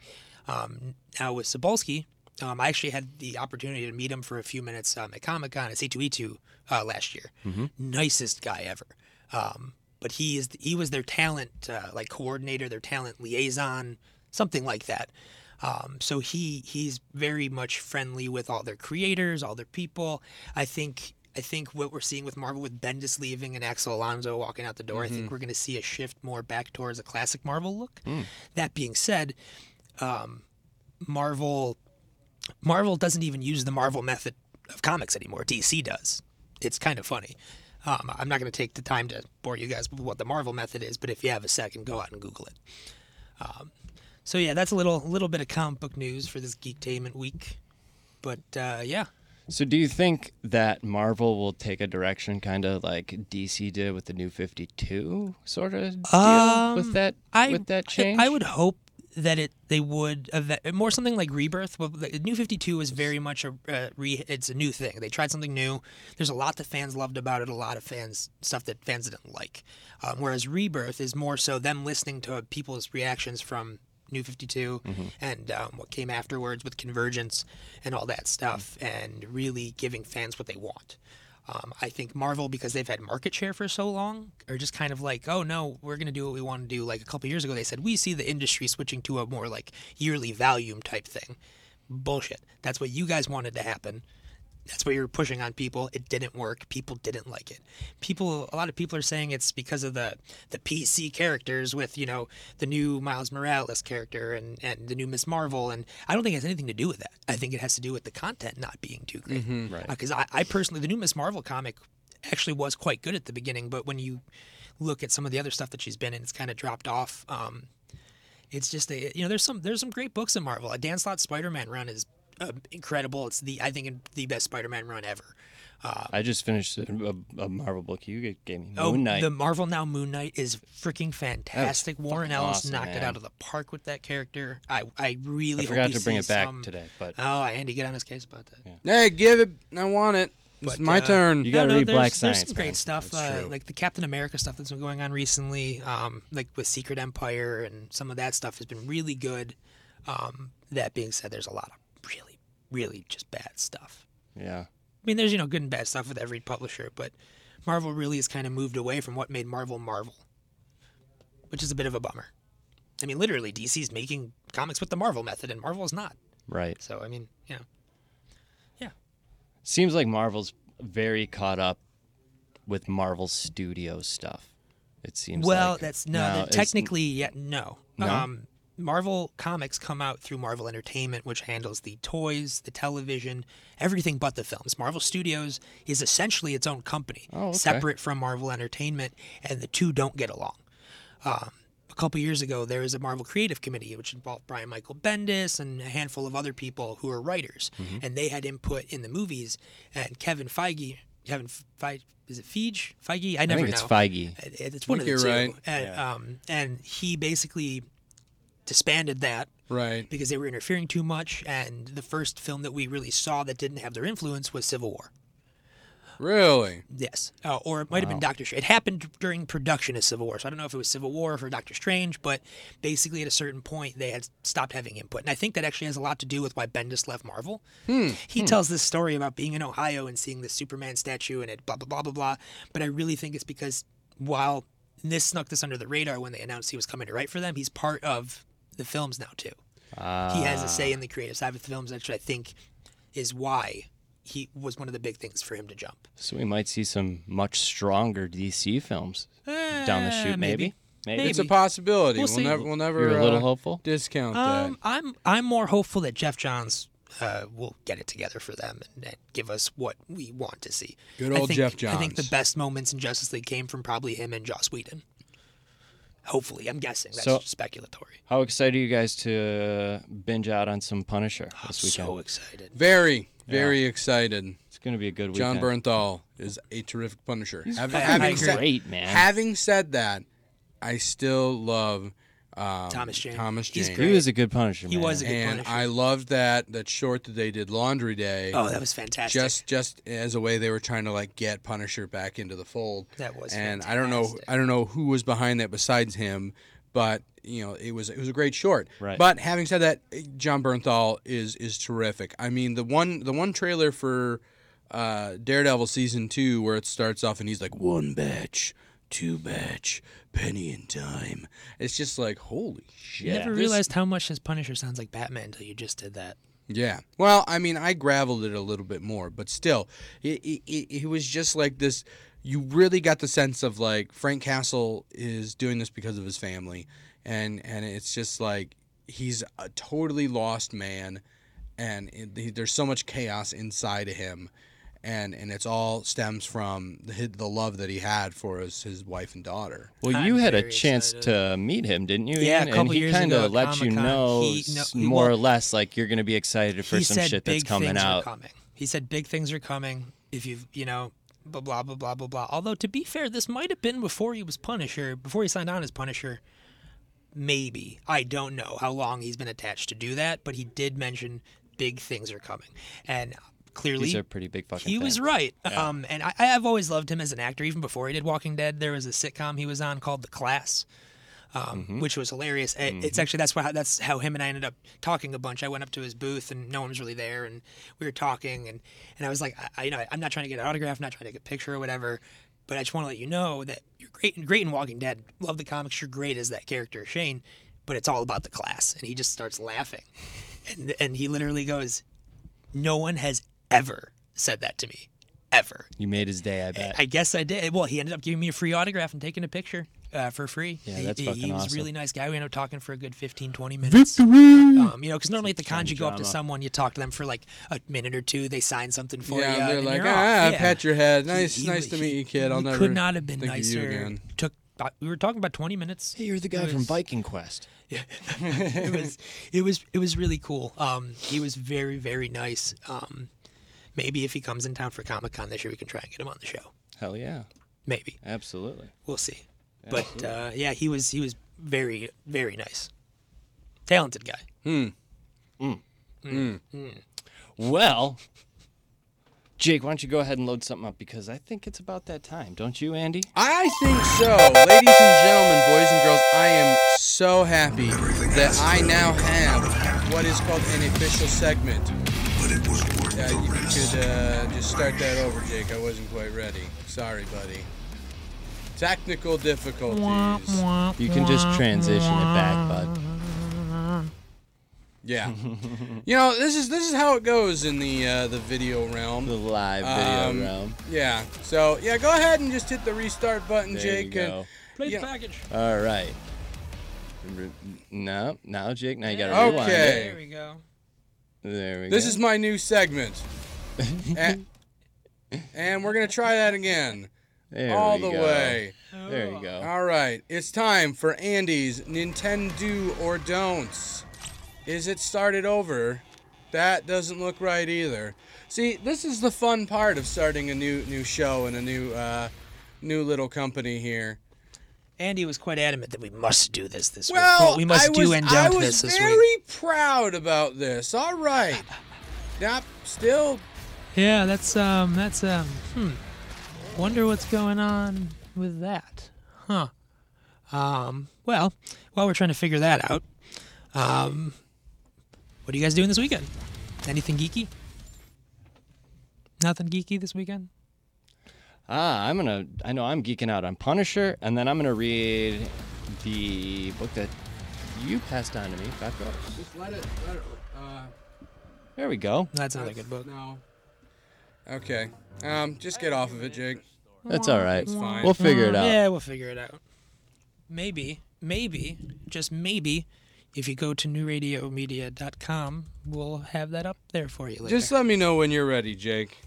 [SPEAKER 2] Um, now with Sobolski, um, I actually had the opportunity to meet him for a few minutes um, at Comic Con at C2E2 uh, last year. Nicest guy ever. Um, but he is he was their talent uh, like coordinator, their talent liaison, something like that. Um, so he he's very much friendly with all their creators, all their people. I think I think what we're seeing with Marvel with Bendis leaving and Axel Alonso walking out the door, I think we're going to see a shift more back towards a classic Marvel look. That being said, um, Marvel Marvel doesn't even use the Marvel method of comics anymore. DC does. It's kind of funny. Um, I'm not going to take the time to bore you guys with what the Marvel method is, but if you have a second, go out and Google it. Um, so yeah, that's a little little bit of comic book news for this Geektainment week. But uh, yeah,
[SPEAKER 3] So, do you think that Marvel will take a direction, kind of like DC did with the New Fifty Two, sort of deal with that with that change?
[SPEAKER 2] Um, I, would hope that it they would eve- more something like Rebirth. Well, the- New Fifty Two is very much a uh, re, it's a new thing. They tried something new. There's a lot that fans loved about it. A lot of fans stuff that fans didn't like. Um, whereas Rebirth is more so them listening to people's reactions from. New 52
[SPEAKER 3] Mm-hmm.
[SPEAKER 2] and um, what came afterwards with Convergence and all that stuff, and really giving fans what they want. Um, I think Marvel, because they've had market share for so long, are just kind of like, oh no, we're going to do what we want to do. Like a couple years ago, they said, we see the industry switching to a more like yearly volume type thing. Bullshit. That's what you guys wanted to happen. That's what you're pushing on people. It didn't work. People didn't like it. People, a lot of people are saying it's because of the the PC characters with you know the new Miles Morales character and and the new Miss Marvel. And I don't think it has anything to do with that. I think it has to do with the content not being too great.
[SPEAKER 3] Right.
[SPEAKER 2] Because Uh, I, I personally, the new Miss Marvel comic actually was quite good at the beginning, but when you look at some of the other stuff that she's been in, it's kind of dropped off. Um, it's just a, you know there's some there's some great books in Marvel. A Dan Slott Spider-Man run is uh, incredible. It's the I think the best Spider-Man run ever.
[SPEAKER 3] I just finished a, a Marvel book you gave me, Moon
[SPEAKER 2] Oh,
[SPEAKER 3] Knight.
[SPEAKER 2] the Marvel Now Moon Knight is freaking fantastic. Warren
[SPEAKER 3] fucking
[SPEAKER 2] Ellis
[SPEAKER 3] awesome,
[SPEAKER 2] knocked
[SPEAKER 3] man.
[SPEAKER 2] it out of the park with that character. I I really
[SPEAKER 3] I
[SPEAKER 2] hope
[SPEAKER 3] forgot
[SPEAKER 2] we
[SPEAKER 3] to bring
[SPEAKER 2] see
[SPEAKER 3] it back
[SPEAKER 2] some-
[SPEAKER 3] today, but
[SPEAKER 2] Oh, Andy, get on his case about that.
[SPEAKER 4] Hey, give it. I want it. it's
[SPEAKER 2] But,
[SPEAKER 4] my
[SPEAKER 2] uh,
[SPEAKER 4] turn.
[SPEAKER 3] you gotta
[SPEAKER 2] no, no,
[SPEAKER 3] read
[SPEAKER 2] there's,
[SPEAKER 3] Black
[SPEAKER 2] there's
[SPEAKER 3] Science.
[SPEAKER 2] some great
[SPEAKER 3] man.
[SPEAKER 2] stuff, uh, like the Captain America stuff that's been going on recently, um, like with Secret Empire and some of that stuff has been really good. Um, that being said, there's a lot of really, really just bad stuff.
[SPEAKER 3] yeah.
[SPEAKER 2] I mean, there's you know good and bad stuff with every publisher, but Marvel really has kind of moved away from what made Marvel Marvel, which is a bit of a bummer. I mean, literally, DC's making comics with the Marvel method, and Marvel's not.
[SPEAKER 3] Right.
[SPEAKER 2] So I mean, you know,
[SPEAKER 3] Seems like Marvel's very caught up with Marvel Studios stuff. It seems.
[SPEAKER 2] Well,
[SPEAKER 3] like.
[SPEAKER 2] that's no. that-
[SPEAKER 3] it's-
[SPEAKER 2] technically, yeah, no. Um, Marvel comics come out through Marvel Entertainment, which handles the toys, the television, everything but the films. Marvel Studios is essentially its own company,
[SPEAKER 3] Oh, okay.
[SPEAKER 2] separate from Marvel Entertainment, and the two don't get along. Um, a couple years ago, there was a Marvel Creative Committee, which involved Brian Michael Bendis and a handful of other people who are writers,
[SPEAKER 3] Mm-hmm.
[SPEAKER 2] and they had input in the movies. And Kevin Feige, Kevin Feige, is it Feige? Feige? I
[SPEAKER 3] I
[SPEAKER 2] never
[SPEAKER 3] think it's
[SPEAKER 2] know.
[SPEAKER 3] Feige.
[SPEAKER 2] It- It's one of the
[SPEAKER 4] you're
[SPEAKER 2] two.
[SPEAKER 4] right.
[SPEAKER 2] And, um, and he basically disbanded that
[SPEAKER 4] Right.
[SPEAKER 2] because they were interfering too much. And the first film that we really saw that didn't have their influence was Civil War.
[SPEAKER 4] Really?
[SPEAKER 2] Yes, uh, or it might have been Doctor Strange. It happened during production of Civil War, so I don't know if it was Civil War or Doctor Strange, but basically at a certain point they had stopped having input, and I think that actually has a lot to do with why Bendis left Marvel. He tells this story about being in Ohio and seeing the Superman statue and it blah blah blah blah blah, but I really think it's because while and this snuck this under the radar when they announced he was coming to write for them, he's part of the films now too he has a say in the creative side of the films, which I think is why he was one of the big things for him to jump.
[SPEAKER 3] So we might see some much stronger DC films down the
[SPEAKER 2] Eh,
[SPEAKER 3] chute, maybe. Maybe.
[SPEAKER 4] It's a possibility.
[SPEAKER 2] We'll
[SPEAKER 4] We'll,
[SPEAKER 2] see.
[SPEAKER 4] never, we'll never
[SPEAKER 3] You're a little
[SPEAKER 4] uh,
[SPEAKER 3] hopeful?
[SPEAKER 4] discount
[SPEAKER 2] Um, I'm I'm more hopeful that Jeff Johns uh, will get it together for them and, and give us what we want to see.
[SPEAKER 4] Good
[SPEAKER 2] I
[SPEAKER 4] old
[SPEAKER 2] think,
[SPEAKER 4] Jeff
[SPEAKER 2] I think the
[SPEAKER 4] Johns.
[SPEAKER 2] best moments in Justice League came from probably him and Joss Whedon. Hopefully, I'm guessing that's
[SPEAKER 3] So-
[SPEAKER 2] speculatory.
[SPEAKER 3] How excited are you guys to uh, binge out on some Punisher this weekend?
[SPEAKER 2] Oh, So excited.
[SPEAKER 4] that. Very, very excited.
[SPEAKER 3] it's going to be a good
[SPEAKER 4] John
[SPEAKER 3] weekend.
[SPEAKER 4] Bernthal is a terrific Punisher. Hav-
[SPEAKER 2] fucking
[SPEAKER 4] said-
[SPEAKER 3] great, man.
[SPEAKER 4] Having said that, I still love um,
[SPEAKER 2] Thomas Jane.
[SPEAKER 4] Thomas
[SPEAKER 2] He's
[SPEAKER 4] Jane.
[SPEAKER 3] He was a good Punisher,
[SPEAKER 2] He
[SPEAKER 3] man.
[SPEAKER 2] was a good
[SPEAKER 4] and
[SPEAKER 2] Punisher.
[SPEAKER 4] I loved that that short that they did Laundry Day.
[SPEAKER 2] oh, that was fantastic.
[SPEAKER 4] just just as a way they were trying to like get Punisher back into the fold.
[SPEAKER 2] That was
[SPEAKER 4] and I don't know
[SPEAKER 2] fantastic.
[SPEAKER 4] I don't know who was behind that besides him, but you know it was it was a great short.
[SPEAKER 3] Right.
[SPEAKER 4] But having said that, John Bernthal is is terrific. I mean the one the one trailer for uh, Daredevil season two where it starts off and he's like one batch. Two batch, penny in time. It's just like holy shit.
[SPEAKER 2] Never
[SPEAKER 3] this-
[SPEAKER 2] realized how much his Punisher sounds like Batman until you just did that.
[SPEAKER 4] Yeah. Well, I mean, I graveled it a little bit more, but still, it, it, it, it was just like this. You really got the sense of like Frank Castle is doing this because of his family, and and it's just like he's a totally lost man, and it, he- there's so much chaos inside of him, and and it's all stems from the the love that he had for his his wife and daughter.
[SPEAKER 3] Well,
[SPEAKER 2] I'm
[SPEAKER 3] you had a
[SPEAKER 2] very
[SPEAKER 3] chance
[SPEAKER 2] excited.
[SPEAKER 3] to meet him, didn't you?
[SPEAKER 2] Yeah, a
[SPEAKER 3] Ian?
[SPEAKER 2] couple
[SPEAKER 3] and he
[SPEAKER 2] years
[SPEAKER 3] kinda
[SPEAKER 2] ago at
[SPEAKER 3] let you
[SPEAKER 2] Comic-Con,
[SPEAKER 3] know
[SPEAKER 2] he- no,
[SPEAKER 3] s-
[SPEAKER 2] he-
[SPEAKER 3] more or
[SPEAKER 2] well,
[SPEAKER 3] less like you're going to be excited for
[SPEAKER 2] he
[SPEAKER 3] some
[SPEAKER 2] said
[SPEAKER 3] shit
[SPEAKER 2] big
[SPEAKER 3] that's coming
[SPEAKER 2] things
[SPEAKER 3] out.
[SPEAKER 2] Are coming. He said big things are coming. If you you know blah blah blah blah blah blah. Although to be fair, this might have been before he was Punisher, before he signed on as Punisher. Maybe I don't know how long he's been attached to do that, but he did mention big things are coming, and clearly
[SPEAKER 3] These are pretty big fucking
[SPEAKER 2] he was
[SPEAKER 3] things.
[SPEAKER 2] right. Um, and I, I've always loved him as an actor, even before he did Walking Dead. There was a sitcom he was on called The Class, um, which was hilarious. It- It's actually that's why that's how him and I ended up talking a bunch. I went up to his booth and no one was really there, and we were talking, and and I was like, I, I you know, I'm not trying to get an autograph, I'm not trying to get a picture or whatever, but I just want to let you know that you're great, great in Walking Dead. Love the comics. You're great as that character Shane, but it's all about the class. And he just starts laughing, and and he literally goes, no one has ever said that to me, ever.
[SPEAKER 3] You made his day, I bet.
[SPEAKER 2] I guess I did. Well, he ended up giving me a free autograph and taking a picture uh, for free.
[SPEAKER 3] Yeah, that's
[SPEAKER 2] he,
[SPEAKER 3] fucking
[SPEAKER 2] He was
[SPEAKER 3] awesome.
[SPEAKER 2] a really nice guy. We ended up talking for a good 15, 20 minutes. Um, you know, because normally at the cons, you go up to
[SPEAKER 3] drama.
[SPEAKER 2] someone, you talk to them for like a minute or two, they sign something for
[SPEAKER 4] yeah,
[SPEAKER 2] you.
[SPEAKER 4] they're
[SPEAKER 2] Oh, and
[SPEAKER 4] like,
[SPEAKER 2] you're off.
[SPEAKER 4] ah,
[SPEAKER 2] Yeah.
[SPEAKER 4] pat your head. Nice,
[SPEAKER 2] He-
[SPEAKER 4] nice
[SPEAKER 2] he-
[SPEAKER 4] to meet you, kid. I'll
[SPEAKER 2] he
[SPEAKER 4] never
[SPEAKER 2] could not have been
[SPEAKER 4] think
[SPEAKER 2] nicer.
[SPEAKER 4] Of you again.
[SPEAKER 2] Took. about- We were talking about 20 minutes.
[SPEAKER 3] hey, you're the guy
[SPEAKER 2] It
[SPEAKER 3] from
[SPEAKER 2] was-
[SPEAKER 3] Viking Quest.
[SPEAKER 2] it was it was it was really cool. Um, he was very very nice. Um, maybe if he comes in town for Comic Con this year, we can try and get him on the show.
[SPEAKER 3] Hell yeah,
[SPEAKER 2] Maybe
[SPEAKER 3] absolutely.
[SPEAKER 2] we'll see. But uh, yeah, he was he was very very nice, talented guy.
[SPEAKER 3] Well, Jake, why don't you go ahead and load something up because I think it's about that time, don't you, Andy?
[SPEAKER 4] I think so. Ladies and gentlemen, boys and girls, I am so happy that I now have what is called an official segment. Uh, you could uh, just start that over, Jake. I wasn't quite ready. Sorry, buddy. Technical difficulties.
[SPEAKER 3] You can just transition it back, bud.
[SPEAKER 4] Yeah. You know, this is this is how it goes in the uh, the video
[SPEAKER 3] The
[SPEAKER 4] realm.
[SPEAKER 3] live video
[SPEAKER 4] Um,
[SPEAKER 3] realm.
[SPEAKER 4] Yeah. So yeah, go ahead and just hit the restart button,
[SPEAKER 3] There
[SPEAKER 4] Jake. uh,
[SPEAKER 3] you
[SPEAKER 4] and-
[SPEAKER 3] go.
[SPEAKER 2] Play
[SPEAKER 4] Yeah.
[SPEAKER 2] package.
[SPEAKER 3] All right. And re- No, now Jake, now you gotta
[SPEAKER 4] Okay.
[SPEAKER 3] rewind. it.
[SPEAKER 2] There we go.
[SPEAKER 3] There we
[SPEAKER 4] This
[SPEAKER 3] go.
[SPEAKER 4] is my new segment. and, and we're going to try that again.
[SPEAKER 3] there
[SPEAKER 4] all
[SPEAKER 3] we
[SPEAKER 4] the
[SPEAKER 3] go.
[SPEAKER 4] way.
[SPEAKER 3] There you go.
[SPEAKER 4] All right. It's time for Andy's Nintendo or Don'ts. Is it started over? That doesn't look right either. See, this is the fun part of starting a new new show and a new uh, new little company here.
[SPEAKER 2] Andy was quite adamant that we must do this this week.
[SPEAKER 4] Well,
[SPEAKER 2] Well, we must
[SPEAKER 4] I
[SPEAKER 2] do
[SPEAKER 4] was,
[SPEAKER 2] and
[SPEAKER 4] I
[SPEAKER 2] dump
[SPEAKER 4] was
[SPEAKER 2] this this
[SPEAKER 4] very
[SPEAKER 2] week.
[SPEAKER 4] proud about this. All right. Now, still
[SPEAKER 6] Yeah, that's um, that's um, hmm. Wonder what's going on with that, huh? Um, well,
[SPEAKER 2] While we're trying to figure that out, um, what are you guys doing this weekend? Anything geeky?
[SPEAKER 6] nothing geeky this weekend.
[SPEAKER 3] Ah, I'm gonna. I know I'm geeking out on Punisher, and then I'm gonna read the book that you passed on to me. Back up.
[SPEAKER 4] just let it. Let it uh,
[SPEAKER 3] There we go.
[SPEAKER 2] That's another good book.
[SPEAKER 4] no. Okay. Um, just get off of it, Jake.
[SPEAKER 3] That's all right.
[SPEAKER 4] It's fine.
[SPEAKER 3] We'll figure it out.
[SPEAKER 2] Yeah, we'll figure it out. Maybe, maybe, just maybe, if you go to newradiomedia.com, we'll have that up there for you later.
[SPEAKER 4] Just let me know when you're ready, Jake.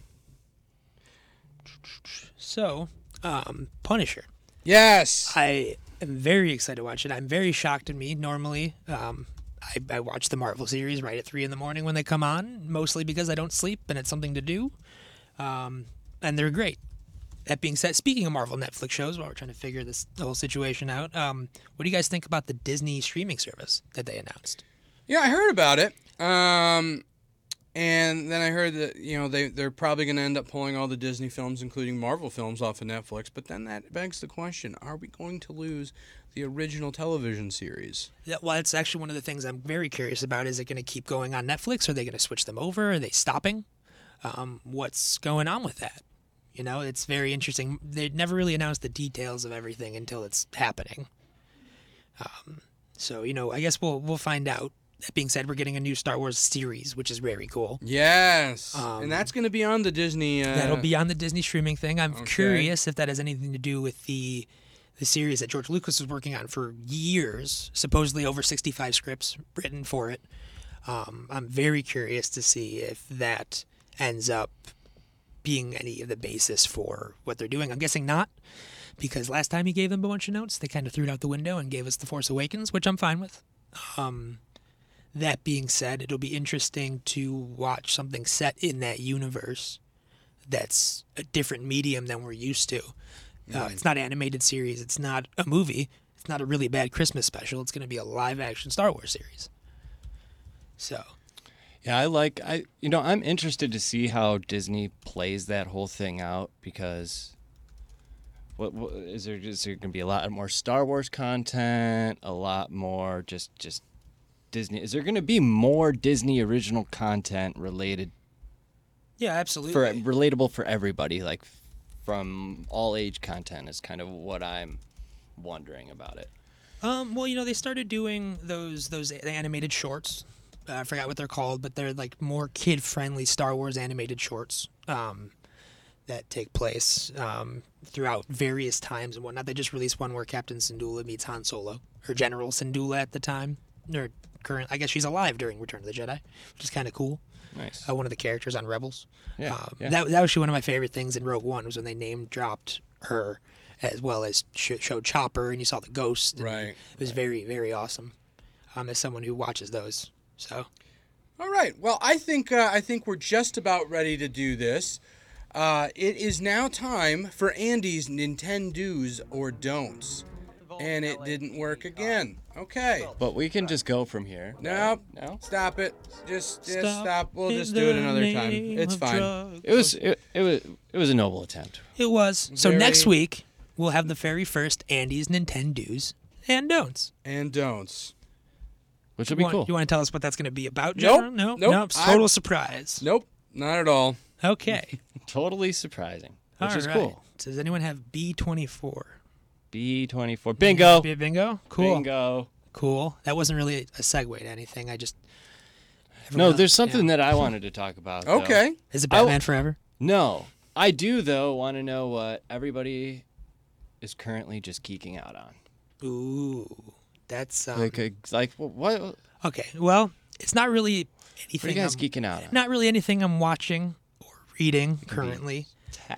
[SPEAKER 2] so, um, Punisher.
[SPEAKER 4] Yes.
[SPEAKER 2] I am very excited to watch it. I'm very shocked at me. Normally, um, I, I watch the Marvel series right at three in the morning when they come on, mostly because I don't sleep and it's something to do. Um, and they're great. That being said, speaking of Marvel Netflix shows, while we're trying to figure this whole situation out, um, what do you guys think about the Disney streaming service that they announced?
[SPEAKER 4] Yeah, I heard about it. Um, and then I heard that you know they they're probably going to end up pulling all the Disney films, including Marvel films, off of Netflix. But then that begs the question: Are we going to lose the original television series?
[SPEAKER 2] Yeah, well, that's actually one of the things I'm very curious about. Is it going to keep going on Netflix? Are they going to switch them over? Are they stopping? Um, what's going on with that? You know, it's very interesting. They never really announced the details of everything until it's happening. Um, so you know, I guess we'll we'll find out. That being said, we're getting a new Star Wars series, which is very cool.
[SPEAKER 4] Yes,
[SPEAKER 2] Um,
[SPEAKER 4] and that's going to be on the Disney. Uh,
[SPEAKER 2] That'll be on the Disney streaming thing. I'm
[SPEAKER 4] Okay.
[SPEAKER 2] curious if that has anything to do with the the series that George Lucas was working on for years, supposedly over 65 scripts written for it. Um, I'm very curious to see if that ends up being any of the basis for what they're doing. I'm guessing not, because last time he gave them a bunch of notes, they kind of threw it out the window and gave us The Force Awakens, which I'm fine with. Um, that being said, it'll be interesting to watch something set in that universe that's a different medium than we're used to. Uh, it's not animated series. It's not a movie. It's not a really bad Christmas special. It's going to be a live action Star Wars series. So
[SPEAKER 3] Yeah, I like I you know, I'm interested to see how Disney plays that whole thing out because what, what is there is there going to be a lot more Star Wars content, a lot more just just Disney. Is there going to be more Disney original content related
[SPEAKER 2] yeah, absolutely.
[SPEAKER 3] for relatable for everybody like from all age content is kind of what I'm wondering about it.
[SPEAKER 2] Um, well, you know, they started doing those those a- animated shorts. Uh, I forgot what they're called, but they're like more kid friendly Star Wars animated shorts um, that take place um, throughout various times and whatnot. They just released one where Captain Syndulla meets Han Solo, or General Syndulla at the time, or current. I guess she's alive during Return of the Jedi, which is kind of cool
[SPEAKER 3] Nice.
[SPEAKER 2] uh, one of the characters on Rebels.
[SPEAKER 3] Yeah,
[SPEAKER 2] um,
[SPEAKER 3] yeah.
[SPEAKER 2] That, that was actually one of my favorite things in Rogue One was when they name dropped her, as well as sh- showed Chopper, and you saw the ghost. and
[SPEAKER 4] Right,
[SPEAKER 2] It was very very awesome. Um, as someone who watches those, so
[SPEAKER 4] All right. Well, I think uh, I think we're just about ready to do this. Uh, it is now time for Andy's Nintendo's or don'ts, and it didn't work again. Okay.
[SPEAKER 3] But we can just go from here.
[SPEAKER 4] No,
[SPEAKER 3] No.
[SPEAKER 4] Stop it. Just, just stop.
[SPEAKER 6] Stop
[SPEAKER 4] We'll
[SPEAKER 6] in
[SPEAKER 4] just do it
[SPEAKER 6] the
[SPEAKER 4] another time.
[SPEAKER 6] name
[SPEAKER 4] It's
[SPEAKER 6] of
[SPEAKER 4] fine.
[SPEAKER 6] drugs.
[SPEAKER 3] It was it, it was it was a noble attempt.
[SPEAKER 2] it was. So
[SPEAKER 4] Very-
[SPEAKER 2] next week we'll have the very first Andy's Nintendo's and don'ts.
[SPEAKER 4] And don'ts.
[SPEAKER 3] Which will be
[SPEAKER 2] Want-
[SPEAKER 3] cool.
[SPEAKER 2] You want to tell us what that's going to be about?
[SPEAKER 4] Nope,
[SPEAKER 2] General? No,
[SPEAKER 4] nope,
[SPEAKER 2] no, it's total surprise.
[SPEAKER 4] Nope, not at all.
[SPEAKER 2] Okay,
[SPEAKER 3] totally surprising,
[SPEAKER 2] All
[SPEAKER 3] which is
[SPEAKER 2] right.
[SPEAKER 3] cool.
[SPEAKER 2] Does anyone have B twenty four?
[SPEAKER 3] B24. Bingo.
[SPEAKER 2] Bingo. Cool.
[SPEAKER 3] Bingo.
[SPEAKER 2] Cool. That wasn't really a segue to anything. I just
[SPEAKER 3] No, there's something that I wanted to talk about. though.
[SPEAKER 4] Okay.
[SPEAKER 2] is it
[SPEAKER 3] I w-
[SPEAKER 2] Batman Forever?
[SPEAKER 3] No. I do though want to know what everybody is currently just geeking out on.
[SPEAKER 2] Ooh, That's um,
[SPEAKER 3] Like, a, like wh- what? What
[SPEAKER 2] okay. Well, it's not really
[SPEAKER 3] are you
[SPEAKER 2] anything.
[SPEAKER 3] guys
[SPEAKER 2] I'm-
[SPEAKER 3] geeking out on?
[SPEAKER 6] Not really anything I'm watching or reading
[SPEAKER 3] Mm-hmm.
[SPEAKER 6] currently.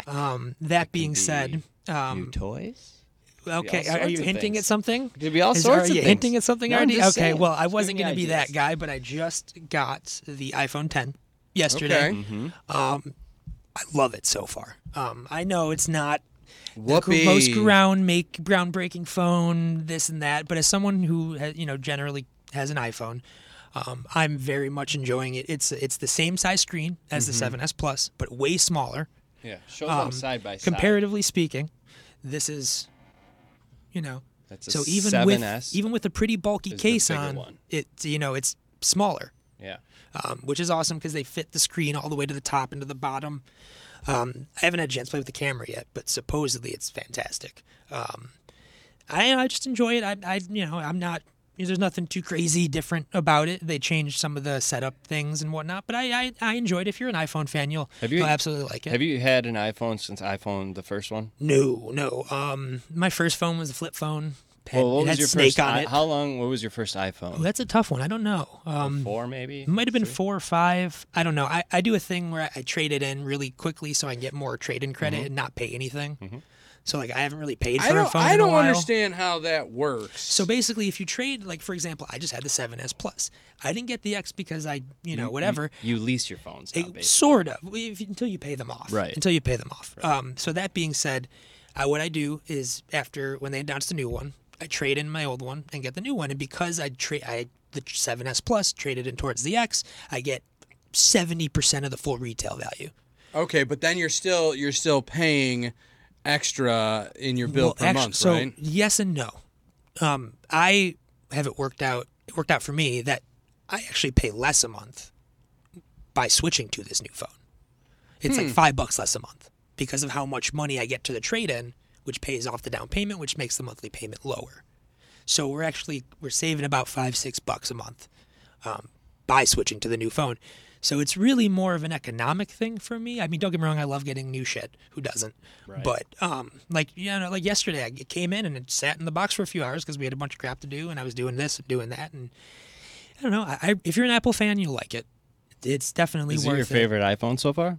[SPEAKER 6] Um, that being said,
[SPEAKER 3] New
[SPEAKER 6] um,
[SPEAKER 3] toys?
[SPEAKER 6] okay,
[SPEAKER 3] all
[SPEAKER 6] are, are you
[SPEAKER 3] sorts of
[SPEAKER 6] hinting
[SPEAKER 3] things.
[SPEAKER 6] at something?
[SPEAKER 3] Could be all
[SPEAKER 6] Is- are
[SPEAKER 3] sorts of
[SPEAKER 6] you
[SPEAKER 3] things.
[SPEAKER 6] hinting at something
[SPEAKER 3] No, I'm
[SPEAKER 6] already?
[SPEAKER 3] just
[SPEAKER 6] okay,
[SPEAKER 3] saying.
[SPEAKER 6] well, I
[SPEAKER 3] Just
[SPEAKER 6] wasn't
[SPEAKER 3] giving
[SPEAKER 6] going to
[SPEAKER 3] you
[SPEAKER 6] be that
[SPEAKER 3] ideas.
[SPEAKER 6] guy, but I just got the iPhone 10 yesterday.
[SPEAKER 4] Okay.
[SPEAKER 2] I love it so far. Um, I know it's not the gr-
[SPEAKER 4] Whoopee.
[SPEAKER 6] most ground make groundbreaking phone, this and that. But as someone who ha you know generally has an iPhone, um, I'm very much enjoying it. It's it's the same size screen as
[SPEAKER 3] Mm-hmm.
[SPEAKER 6] the 7s Plus, but way smaller
[SPEAKER 3] Yeah, show them side by side.
[SPEAKER 6] comparatively speaking. This is, you know,
[SPEAKER 3] That's a
[SPEAKER 6] so even
[SPEAKER 3] 7S
[SPEAKER 6] with even with a pretty bulky
[SPEAKER 3] is the
[SPEAKER 6] case
[SPEAKER 3] bigger
[SPEAKER 6] on
[SPEAKER 3] one.
[SPEAKER 6] it, you know, it's smaller
[SPEAKER 3] Yeah.
[SPEAKER 6] um,
[SPEAKER 2] which is awesome because they fit the screen all the way to the top and to the bottom. Um, I haven't had a chance to play with the camera yet, but supposedly it's fantastic. Um, I, I just enjoy it. I, I you know I'm not there's nothing too crazy different about it. They changed some of the setup things and whatnot, but I I, I enjoyed. it. If you're an iPhone fan, you'll,
[SPEAKER 3] Have you-
[SPEAKER 2] you'll absolutely like it.
[SPEAKER 3] Have you had an iPhone since iPhone the first one?
[SPEAKER 2] no, no. Um, my first phone was a flip phone. Had,
[SPEAKER 3] Well, what
[SPEAKER 2] it
[SPEAKER 3] was
[SPEAKER 2] had
[SPEAKER 3] your
[SPEAKER 2] snake
[SPEAKER 3] first?
[SPEAKER 2] on
[SPEAKER 3] i-
[SPEAKER 2] it.
[SPEAKER 3] How long? What was your first
[SPEAKER 2] Oh,
[SPEAKER 3] iPhone?
[SPEAKER 2] that's a tough one. I don't know. Um,
[SPEAKER 3] Four maybe.
[SPEAKER 2] It might have been four or five. I don't know. I, I do a thing where I, I trade it in really quickly so I can get more trade in credit and not pay anything. So like I haven't really paid for
[SPEAKER 4] Mm-hmm. I
[SPEAKER 2] a
[SPEAKER 4] don't,
[SPEAKER 2] phone.
[SPEAKER 4] I
[SPEAKER 2] in a
[SPEAKER 4] don't
[SPEAKER 2] while.
[SPEAKER 4] understand how that works.
[SPEAKER 2] So basically, if you trade, like for example, I just had the 7S Plus. I didn't get the X because I, you
[SPEAKER 4] Mm-hmm.
[SPEAKER 2] know, whatever.
[SPEAKER 3] You lease your phones now,
[SPEAKER 2] It-
[SPEAKER 3] basically.
[SPEAKER 2] sort of if, until you pay them off
[SPEAKER 3] Right.
[SPEAKER 2] until you pay them off um, so that being said uh, what i do is after when they announce the new one i trade in my old one and get the new one and because i trade i the 7s plus traded in towards the x i get 70% of the full retail value
[SPEAKER 4] okay, but then you're still you're still paying extra in your bill
[SPEAKER 2] Well,
[SPEAKER 4] per
[SPEAKER 2] actu-
[SPEAKER 4] month,
[SPEAKER 2] so
[SPEAKER 4] right?
[SPEAKER 2] yes and no um, i have it worked out it worked out for me that i actually pay less a month by switching to this new phone it's
[SPEAKER 4] Hmm.
[SPEAKER 2] like five bucks less a month because of how much money i get to the trade-in which pays off the down payment which makes the monthly payment lower so we're actually we're saving about five six bucks a month um, by switching to the new phone. So it's really more of an economic thing for me. I mean, don't get me wrong, I love getting new shit. Who doesn't? But um, like you know, like yesterday, I came in and it sat in the box for a few hours because we had a bunch of crap to do, and I was doing this and doing that, and I don't know. I, I if you're an Apple fan, you'll like it. It's definitely
[SPEAKER 3] Is it
[SPEAKER 2] worth
[SPEAKER 3] your favorite iPhone so far?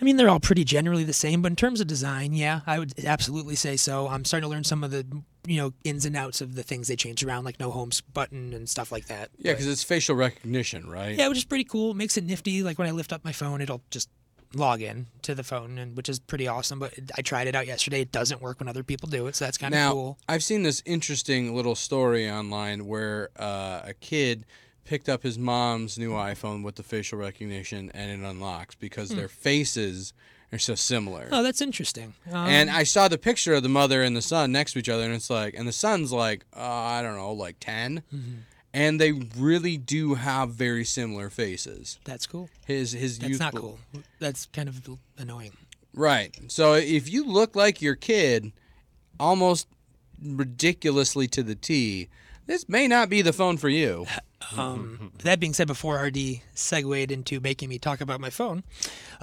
[SPEAKER 2] I mean, they're all pretty generally the same, but in terms of design, yeah, I would absolutely say so. I'm starting to learn some of the you know ins and outs of the things they changed around, like no home s- button and stuff like that.
[SPEAKER 4] Yeah, because it's facial recognition, right?
[SPEAKER 2] Yeah, which is pretty cool. It makes it nifty. Like when I lift up my phone, it'll just log in to the phone, and which is pretty awesome. But I tried it out yesterday. It doesn't work when other people do it, so that's kind
[SPEAKER 4] Now,
[SPEAKER 2] of cool.
[SPEAKER 4] I've seen this interesting little story online where uh, a kid picked up his mom's new iPhone with the facial recognition and it unlocks because
[SPEAKER 2] Hmm.
[SPEAKER 4] their faces are so similar.
[SPEAKER 2] Oh, that's interesting. Um,
[SPEAKER 4] And I saw the picture of the mother and the son next to each other, and it's like, and the son's like, uh, I don't know, like 10.
[SPEAKER 2] Mm-hmm.
[SPEAKER 4] And they really do have very similar faces.
[SPEAKER 2] that's cool.
[SPEAKER 4] His his
[SPEAKER 2] That's
[SPEAKER 4] youthful-
[SPEAKER 2] not cool. That's kind of annoying.
[SPEAKER 4] Right. So if you look like your kid, almost ridiculously to the T, this may not be the phone for you.
[SPEAKER 2] Um, that being said, before RD segued into making me talk about my phone,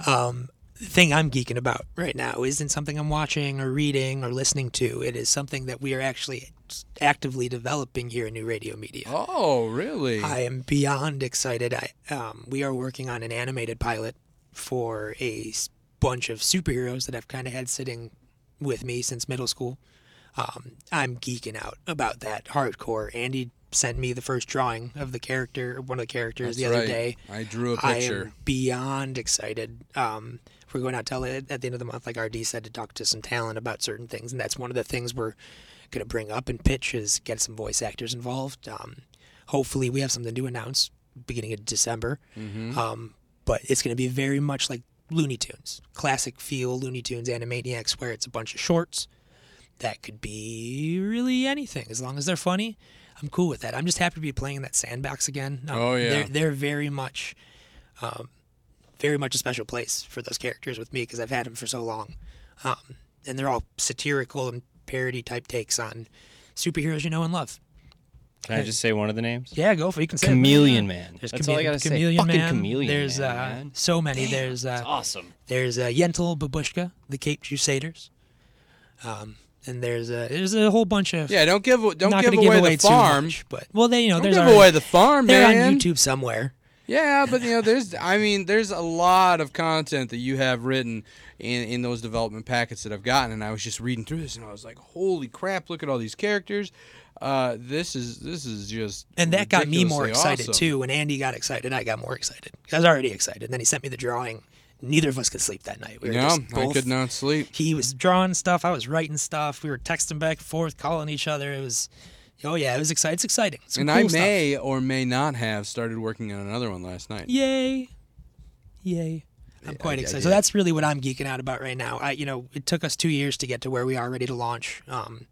[SPEAKER 2] um, the thing I'm geeking about right now isn't something I'm watching or reading or listening to. It is something that we are actually actively developing here in New Radio Media.
[SPEAKER 4] Oh, really?
[SPEAKER 2] I am beyond excited. I um, we are working on an animated pilot for a s- bunch of superheroes that I've kind of had sitting with me since middle school. Um, I'm geeking out about that hardcore. Andy sent me the first drawing of the character, one of the characters, the other
[SPEAKER 4] right.
[SPEAKER 2] day.
[SPEAKER 4] I drew a
[SPEAKER 2] I
[SPEAKER 4] picture.
[SPEAKER 2] am beyond excited. Um, we're going out to LA at the end of the month, like RD said, to talk to some talent about certain things, and that's one of the things we're going to bring up and pitch is get some voice actors involved. Um, hopefully, we have something to announce beginning of December.
[SPEAKER 4] Mm-hmm.
[SPEAKER 2] Um, but it's going to be very much like Looney Tunes, classic feel Looney Tunes Animaniacs, where it's a bunch of shorts that could be really anything as long as they're funny. I'm cool with that. I'm just happy to be playing in that sandbox again. Um,
[SPEAKER 4] Oh, yeah.
[SPEAKER 2] they're, they're very much, um, very much a special place for those characters with me because I've had them for so long, um, and they're all satirical and parody type takes on superheroes you know and love.
[SPEAKER 3] Can I just say one of the names?
[SPEAKER 2] Yeah, go for it. You can say it.
[SPEAKER 3] Chameleon Man.
[SPEAKER 2] There's
[SPEAKER 3] That's
[SPEAKER 2] chamele-
[SPEAKER 3] all I gotta say.
[SPEAKER 2] chameleon
[SPEAKER 3] Fucking
[SPEAKER 2] man.
[SPEAKER 3] Chameleon
[SPEAKER 2] There's
[SPEAKER 3] Man,
[SPEAKER 2] uh,
[SPEAKER 3] man.
[SPEAKER 2] so many. There's uh,
[SPEAKER 3] Awesome.
[SPEAKER 2] there's uh, Yentl Babushka, the Cape Crusaders. Um, and there's a there's a whole bunch of
[SPEAKER 4] Yeah, don't give don't
[SPEAKER 2] not
[SPEAKER 4] give
[SPEAKER 2] gonna
[SPEAKER 4] away,
[SPEAKER 2] give away
[SPEAKER 4] the farm.
[SPEAKER 2] too much, but well, they you know
[SPEAKER 4] Don't
[SPEAKER 2] there's
[SPEAKER 4] give
[SPEAKER 2] already-
[SPEAKER 4] away the farm,
[SPEAKER 2] they're
[SPEAKER 4] man.
[SPEAKER 2] on YouTube somewhere.
[SPEAKER 4] Yeah, but you know, there's I mean, there's a lot of content that you have written in in those development packets that I've gotten, and I was just reading through this, and I was like, holy crap, look at all these characters. Uh, this is this is just
[SPEAKER 2] And that got me more
[SPEAKER 4] ridiculously
[SPEAKER 2] excited
[SPEAKER 4] awesome.
[SPEAKER 2] too. When Andy got excited, I got more excited. I was already excited. And then he sent me the drawing. Neither of us could sleep that night. We were
[SPEAKER 4] No,
[SPEAKER 2] just
[SPEAKER 4] I
[SPEAKER 2] both-
[SPEAKER 4] could not sleep.
[SPEAKER 2] He was drawing stuff. I was writing stuff. We were texting back and forth, calling each other. It was, oh yeah, it was exciting. It's exciting. Some
[SPEAKER 4] And
[SPEAKER 2] cool
[SPEAKER 4] I
[SPEAKER 2] stuff.
[SPEAKER 4] may or may not have started working on another one last night.
[SPEAKER 2] yay, yay. I'm quite excited. So that's really what I'm geeking out about right now. I, you know, it took us two years to get to where we are ready to launch. Um,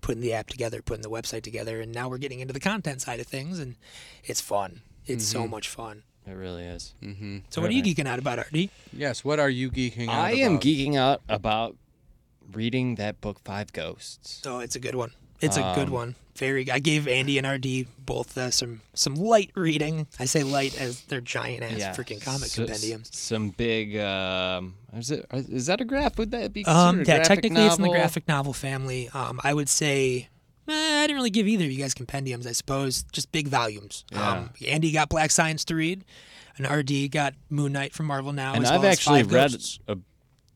[SPEAKER 2] putting the app together, putting the website together, and now we're getting into the content side of things, and it's fun. It's so much fun.
[SPEAKER 3] It really is.
[SPEAKER 2] So what are you geeking out about, Artie?
[SPEAKER 4] Yes, what are you geeking out
[SPEAKER 3] I am
[SPEAKER 4] about?
[SPEAKER 3] geeking out about reading that book Five Ghosts.
[SPEAKER 2] Oh, it's a good one. Um, It's a good one. Very. I gave Andy and RD both uh, some some light reading. I say light as they're giant ass freaking comic
[SPEAKER 3] so-
[SPEAKER 2] compendiums.
[SPEAKER 3] s- Some big. Um, is it? Is that a graph? Would that be? considered
[SPEAKER 2] Um,
[SPEAKER 3] a
[SPEAKER 2] yeah,
[SPEAKER 3] graphic
[SPEAKER 2] technically it's in the
[SPEAKER 3] novel?
[SPEAKER 2] graphic novel family. Um, I would say eh, I didn't really give either of you guys compendiums. I suppose just big volumes. Um, Andy got Black Science to read, and RD got Moon Knight from Marvel now.
[SPEAKER 3] And
[SPEAKER 2] as
[SPEAKER 3] I've
[SPEAKER 2] well as
[SPEAKER 3] actually
[SPEAKER 2] Five
[SPEAKER 3] read
[SPEAKER 2] Ghosts.
[SPEAKER 3] a,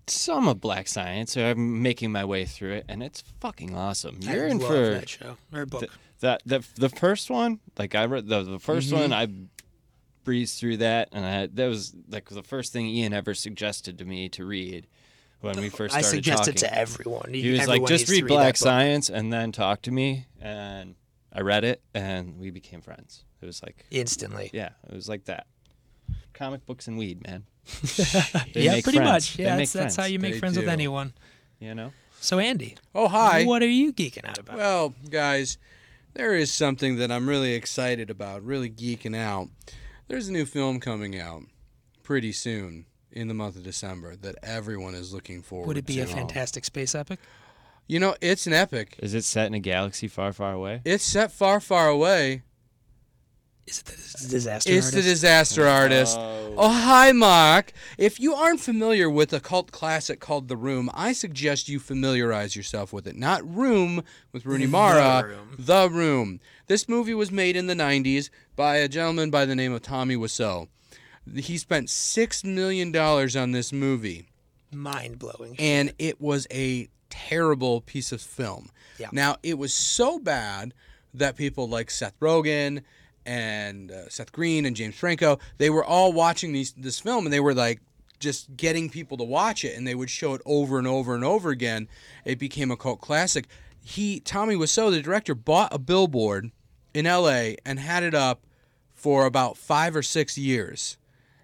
[SPEAKER 3] some of Black Science. So I'm making my way through it, and it's fucking awesome.
[SPEAKER 2] I
[SPEAKER 3] You're in
[SPEAKER 2] love
[SPEAKER 3] for
[SPEAKER 2] that show or book.
[SPEAKER 3] that the the first one like i read the, the 1st
[SPEAKER 2] Mm-hmm.
[SPEAKER 3] one i breezed through that and i that was like the first thing ian ever suggested to me to read when we first
[SPEAKER 2] Oh, I
[SPEAKER 3] started
[SPEAKER 2] suggested
[SPEAKER 3] talking
[SPEAKER 2] to everyone.
[SPEAKER 3] he was
[SPEAKER 2] everyone
[SPEAKER 3] like just
[SPEAKER 2] needs to
[SPEAKER 3] read
[SPEAKER 2] that
[SPEAKER 3] black
[SPEAKER 2] book."
[SPEAKER 3] science and then talk to me and i read it and we became friends it was like
[SPEAKER 2] instantly.
[SPEAKER 3] yeah it was like that comic books and weed man They
[SPEAKER 2] Yeah,
[SPEAKER 3] make
[SPEAKER 2] pretty
[SPEAKER 3] friends.
[SPEAKER 2] much.
[SPEAKER 3] They
[SPEAKER 2] Yeah,
[SPEAKER 3] make
[SPEAKER 2] that's, that's how
[SPEAKER 3] friends.
[SPEAKER 2] you make
[SPEAKER 4] They
[SPEAKER 2] friends with
[SPEAKER 4] do.
[SPEAKER 2] anyone.
[SPEAKER 3] you know
[SPEAKER 2] So Andy,
[SPEAKER 4] Oh hi.
[SPEAKER 2] what are you geeking out about?
[SPEAKER 4] Well, guys, there is something that I'm really excited about, really geeking out. There's a new film coming out pretty soon in the month of December that everyone is looking forward to.
[SPEAKER 2] Would it be a fantastic space epic?
[SPEAKER 4] You know, it's an epic.
[SPEAKER 3] is it set in a galaxy far far away
[SPEAKER 4] It's set far, far away.
[SPEAKER 2] Is it the dis- disaster?
[SPEAKER 4] It's the
[SPEAKER 2] artist?
[SPEAKER 4] disaster artist. Oh, hi, Mark. If you aren't familiar with a cult classic called The Room, I suggest you familiarize yourself with it. Not Room with Rooney Mara, The Room. This movie was made in the 90s by a gentleman by the name of Tommy Wiseau. He spent $6 million on this movie
[SPEAKER 2] mind blowing.
[SPEAKER 4] and it was a terrible piece of film.
[SPEAKER 2] Yeah.
[SPEAKER 4] Now it was so bad that people like Seth Rogen and uh, Seth Green and James Franco they were all watching these this film and they were like just getting people to watch it and they would show it over and over and over again. It became a cult classic. He Tommy Wiseau, the director, bought a billboard in L.A. and had it up for about five or six years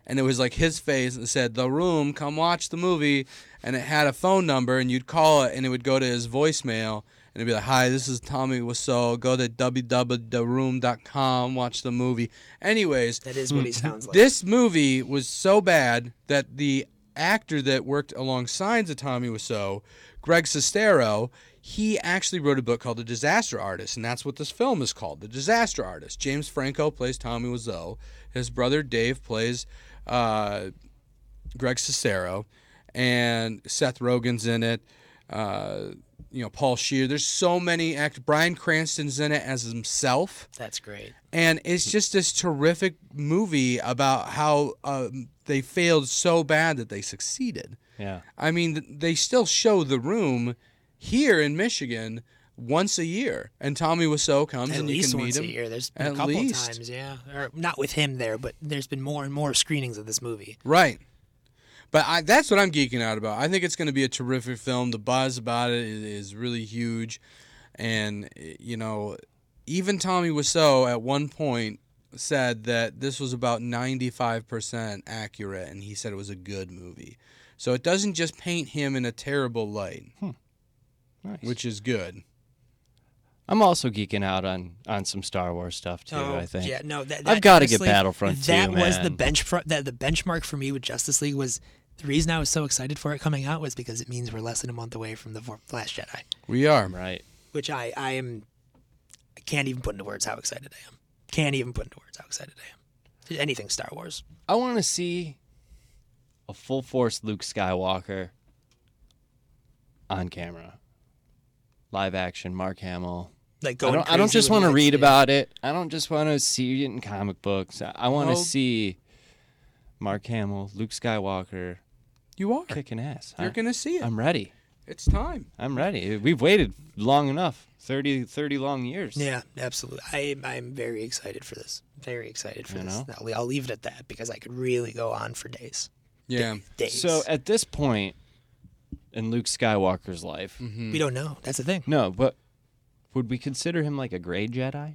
[SPEAKER 4] and it was like his face and said the room come watch the movie and it had a phone number and you'd call it and it would go to his voicemail and it'd be like hi this is tommy Wiseau. go to www.theroom.com watch the movie anyways
[SPEAKER 2] That is what he sounds like.
[SPEAKER 4] this movie was so bad that the actor that worked alongside the Tommy Wiseau, Greg Sestero, he actually wrote a book called The Disaster Artist, and that's what this film is called, The Disaster Artist. James Franco plays Tommy Wiseau. His brother Dave plays uh, Greg Sestero, and Seth Rogen's in it. Uh, you know, Paul Shear. There's so many act. Brian Cranston's in it as himself
[SPEAKER 2] That's great.
[SPEAKER 4] and it's just this terrific movie about how um, they failed so bad that they succeeded.
[SPEAKER 3] yeah
[SPEAKER 4] I mean, th- they still show the room here in Michigan once a year, and Tommy Wiseau comes
[SPEAKER 2] At
[SPEAKER 4] and
[SPEAKER 2] least
[SPEAKER 4] you can
[SPEAKER 2] once
[SPEAKER 4] meet
[SPEAKER 2] a
[SPEAKER 4] him.
[SPEAKER 2] year. There's been
[SPEAKER 4] At
[SPEAKER 2] a couple
[SPEAKER 4] least.
[SPEAKER 2] times, yeah. Or not with him there, but there's been more and more screenings of this movie.
[SPEAKER 4] Right. But I, that's what I'm geeking out about. I think it's going to be a terrific film. The buzz about it is, is really huge. And, eh, you know, even Tommy Wiseau at one point said that this was about 95% accurate, and he said it was a good movie. So it doesn't just paint him in a terrible light,
[SPEAKER 3] nice
[SPEAKER 4] which is good.
[SPEAKER 3] I'm also geeking out on on some Star Wars stuff too. I think.
[SPEAKER 2] Oh, yeah, no. That,
[SPEAKER 3] I've
[SPEAKER 2] that-
[SPEAKER 3] gotta get
[SPEAKER 2] honestly,
[SPEAKER 3] Battlefront too,
[SPEAKER 2] That was the
[SPEAKER 3] man.
[SPEAKER 2] bench. fr- That the benchmark for me with Justice League was the reason I was so excited for it coming out was because it means we're less than a month away from the Vo- Last Jedi,
[SPEAKER 4] We are.
[SPEAKER 3] Right.
[SPEAKER 2] which I I am. I can't even put into words how excited I am. Can't even put into words how excited I am. Anything Star Wars.
[SPEAKER 3] I want to see a full force Luke Skywalker on camera. live action Mark Hamill. I
[SPEAKER 2] Like going.
[SPEAKER 3] don't, I don't
[SPEAKER 2] crazy
[SPEAKER 3] just
[SPEAKER 2] with
[SPEAKER 3] want to
[SPEAKER 2] like
[SPEAKER 3] read
[SPEAKER 2] the-
[SPEAKER 3] about it. I don't just want to see it in comic books. I- I want to
[SPEAKER 4] Well-
[SPEAKER 3] see Mark Hamill, Luke Skywalker
[SPEAKER 4] You are.
[SPEAKER 3] kicking ass.
[SPEAKER 4] You're
[SPEAKER 3] I-
[SPEAKER 4] gonna see it.
[SPEAKER 3] I'm ready.
[SPEAKER 4] It's time.
[SPEAKER 3] I'm ready. We've waited long enough 30, 30 long years.
[SPEAKER 2] Yeah, absolutely. I I'm very excited for this. Very excited for
[SPEAKER 3] You
[SPEAKER 2] this.
[SPEAKER 3] know?
[SPEAKER 2] I'll, I'll leave it at that because I could really go on for days.
[SPEAKER 4] Yeah.
[SPEAKER 2] Days.
[SPEAKER 3] So at this point in Luke Skywalker's life,
[SPEAKER 2] we don't know. That's the thing.
[SPEAKER 3] no, but would we consider him like a gray Jedi?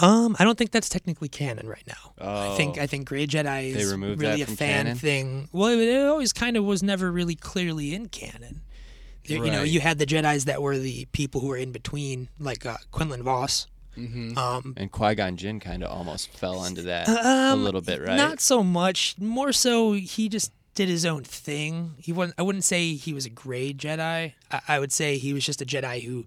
[SPEAKER 2] Um, I don't think that's technically canon right now. I think
[SPEAKER 3] Oh.
[SPEAKER 2] I think Grey Jedi
[SPEAKER 3] They
[SPEAKER 2] is
[SPEAKER 3] removed
[SPEAKER 2] really
[SPEAKER 3] that
[SPEAKER 2] a
[SPEAKER 3] from
[SPEAKER 2] fan
[SPEAKER 3] canon?
[SPEAKER 2] thing. Well, it, it always kind of was never really clearly in canon. You, you know,
[SPEAKER 4] Right.
[SPEAKER 2] you had the Jedi's that were the people who were in between, like uh, Quinlan Voss. Um,
[SPEAKER 3] And Qui Gon Jinn kind of almost fell into that a
[SPEAKER 2] Um,
[SPEAKER 3] little bit, right?
[SPEAKER 2] Not so much. More so, he just did his own thing. He wasn't. I wouldn't say he was a gray Jedi. I, I would say he was just a Jedi who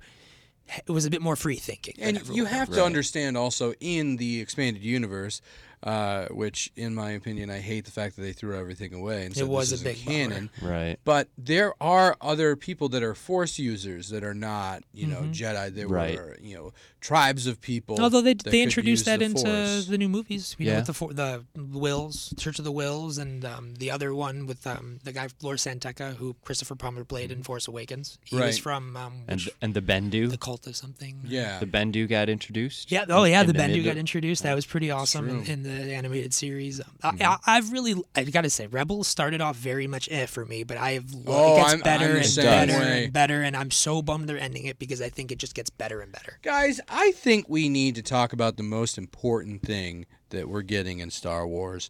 [SPEAKER 2] ha- was a bit more free thinking. than
[SPEAKER 4] And
[SPEAKER 2] everyone
[SPEAKER 4] you
[SPEAKER 2] else.
[SPEAKER 4] have to understand also in the expanded universe, uh, which in my opinion I hate the fact that they threw everything away and said
[SPEAKER 2] was a
[SPEAKER 4] this isn't
[SPEAKER 2] big bummer.
[SPEAKER 4] canon.
[SPEAKER 3] right.
[SPEAKER 4] But there are other people that are Force users that are not, you know, Jedi. There
[SPEAKER 3] Right.
[SPEAKER 4] were, you know, tribes of people.
[SPEAKER 2] Mm-hmm. Although they
[SPEAKER 4] that
[SPEAKER 2] they
[SPEAKER 4] could
[SPEAKER 2] introduced
[SPEAKER 4] use
[SPEAKER 2] that
[SPEAKER 4] the
[SPEAKER 2] into
[SPEAKER 4] Force.
[SPEAKER 2] the new movies, you know,
[SPEAKER 3] Yeah.
[SPEAKER 2] with the four, the Wills, Church of the Wills, and um, the other one with um, the guy Lord Santeca, who Christopher Plummer played in Force Awakens. He was
[SPEAKER 4] Mm-hmm. Right.
[SPEAKER 2] from um,
[SPEAKER 3] And
[SPEAKER 2] which-
[SPEAKER 3] and the Bendu,
[SPEAKER 2] the cult of something.
[SPEAKER 4] yeah.
[SPEAKER 3] the Bendu got introduced.
[SPEAKER 2] Yeah. Oh, yeah.
[SPEAKER 3] in
[SPEAKER 2] The
[SPEAKER 3] the
[SPEAKER 2] Bendu
[SPEAKER 3] mid-
[SPEAKER 2] got introduced. That was pretty awesome in,
[SPEAKER 4] true. Mm-hmm.
[SPEAKER 2] in the animated series. Um, I, I, I've really, I gotta say, Rebels started off very much eh for me, but I have
[SPEAKER 4] Oh,
[SPEAKER 2] it gets
[SPEAKER 4] I'm-
[SPEAKER 2] better
[SPEAKER 4] I'm the
[SPEAKER 2] and
[SPEAKER 4] same
[SPEAKER 2] better
[SPEAKER 4] way.
[SPEAKER 2] and better, and I'm so bummed they're ending it because I think it just gets better and better.
[SPEAKER 4] Guys, I think we need to talk about the most important thing that we're getting in Star Wars,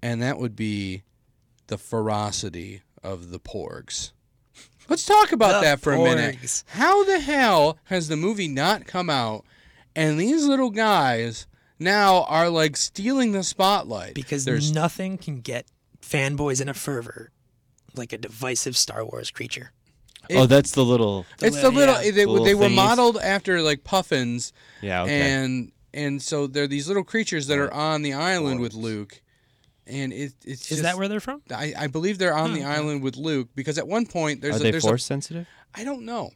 [SPEAKER 4] and that would be the ferocity of the porgs. Let's talk about
[SPEAKER 2] The
[SPEAKER 4] that for a minute.
[SPEAKER 2] Porgs.
[SPEAKER 4] How the hell has the movie not come out and these little guys now are like stealing the spotlight?
[SPEAKER 2] Because
[SPEAKER 4] there's
[SPEAKER 2] nothing can get fanboys in a fervor like a divisive Star Wars creature.
[SPEAKER 3] oh, that's the little.
[SPEAKER 4] it's the little
[SPEAKER 2] yeah,
[SPEAKER 4] they,
[SPEAKER 3] little
[SPEAKER 4] they were
[SPEAKER 3] thingies.
[SPEAKER 4] modeled after like puffins
[SPEAKER 3] Yeah. Okay.
[SPEAKER 4] and and so they're these little creatures that are on the island with Luke, and it it's
[SPEAKER 2] Is
[SPEAKER 4] just,
[SPEAKER 2] that where they're from?
[SPEAKER 4] I, I believe they're on the island with Luke because at one point there's
[SPEAKER 3] Are
[SPEAKER 4] a,
[SPEAKER 3] they Hmm.
[SPEAKER 4] there's
[SPEAKER 3] force sensitive?
[SPEAKER 4] a I don't know,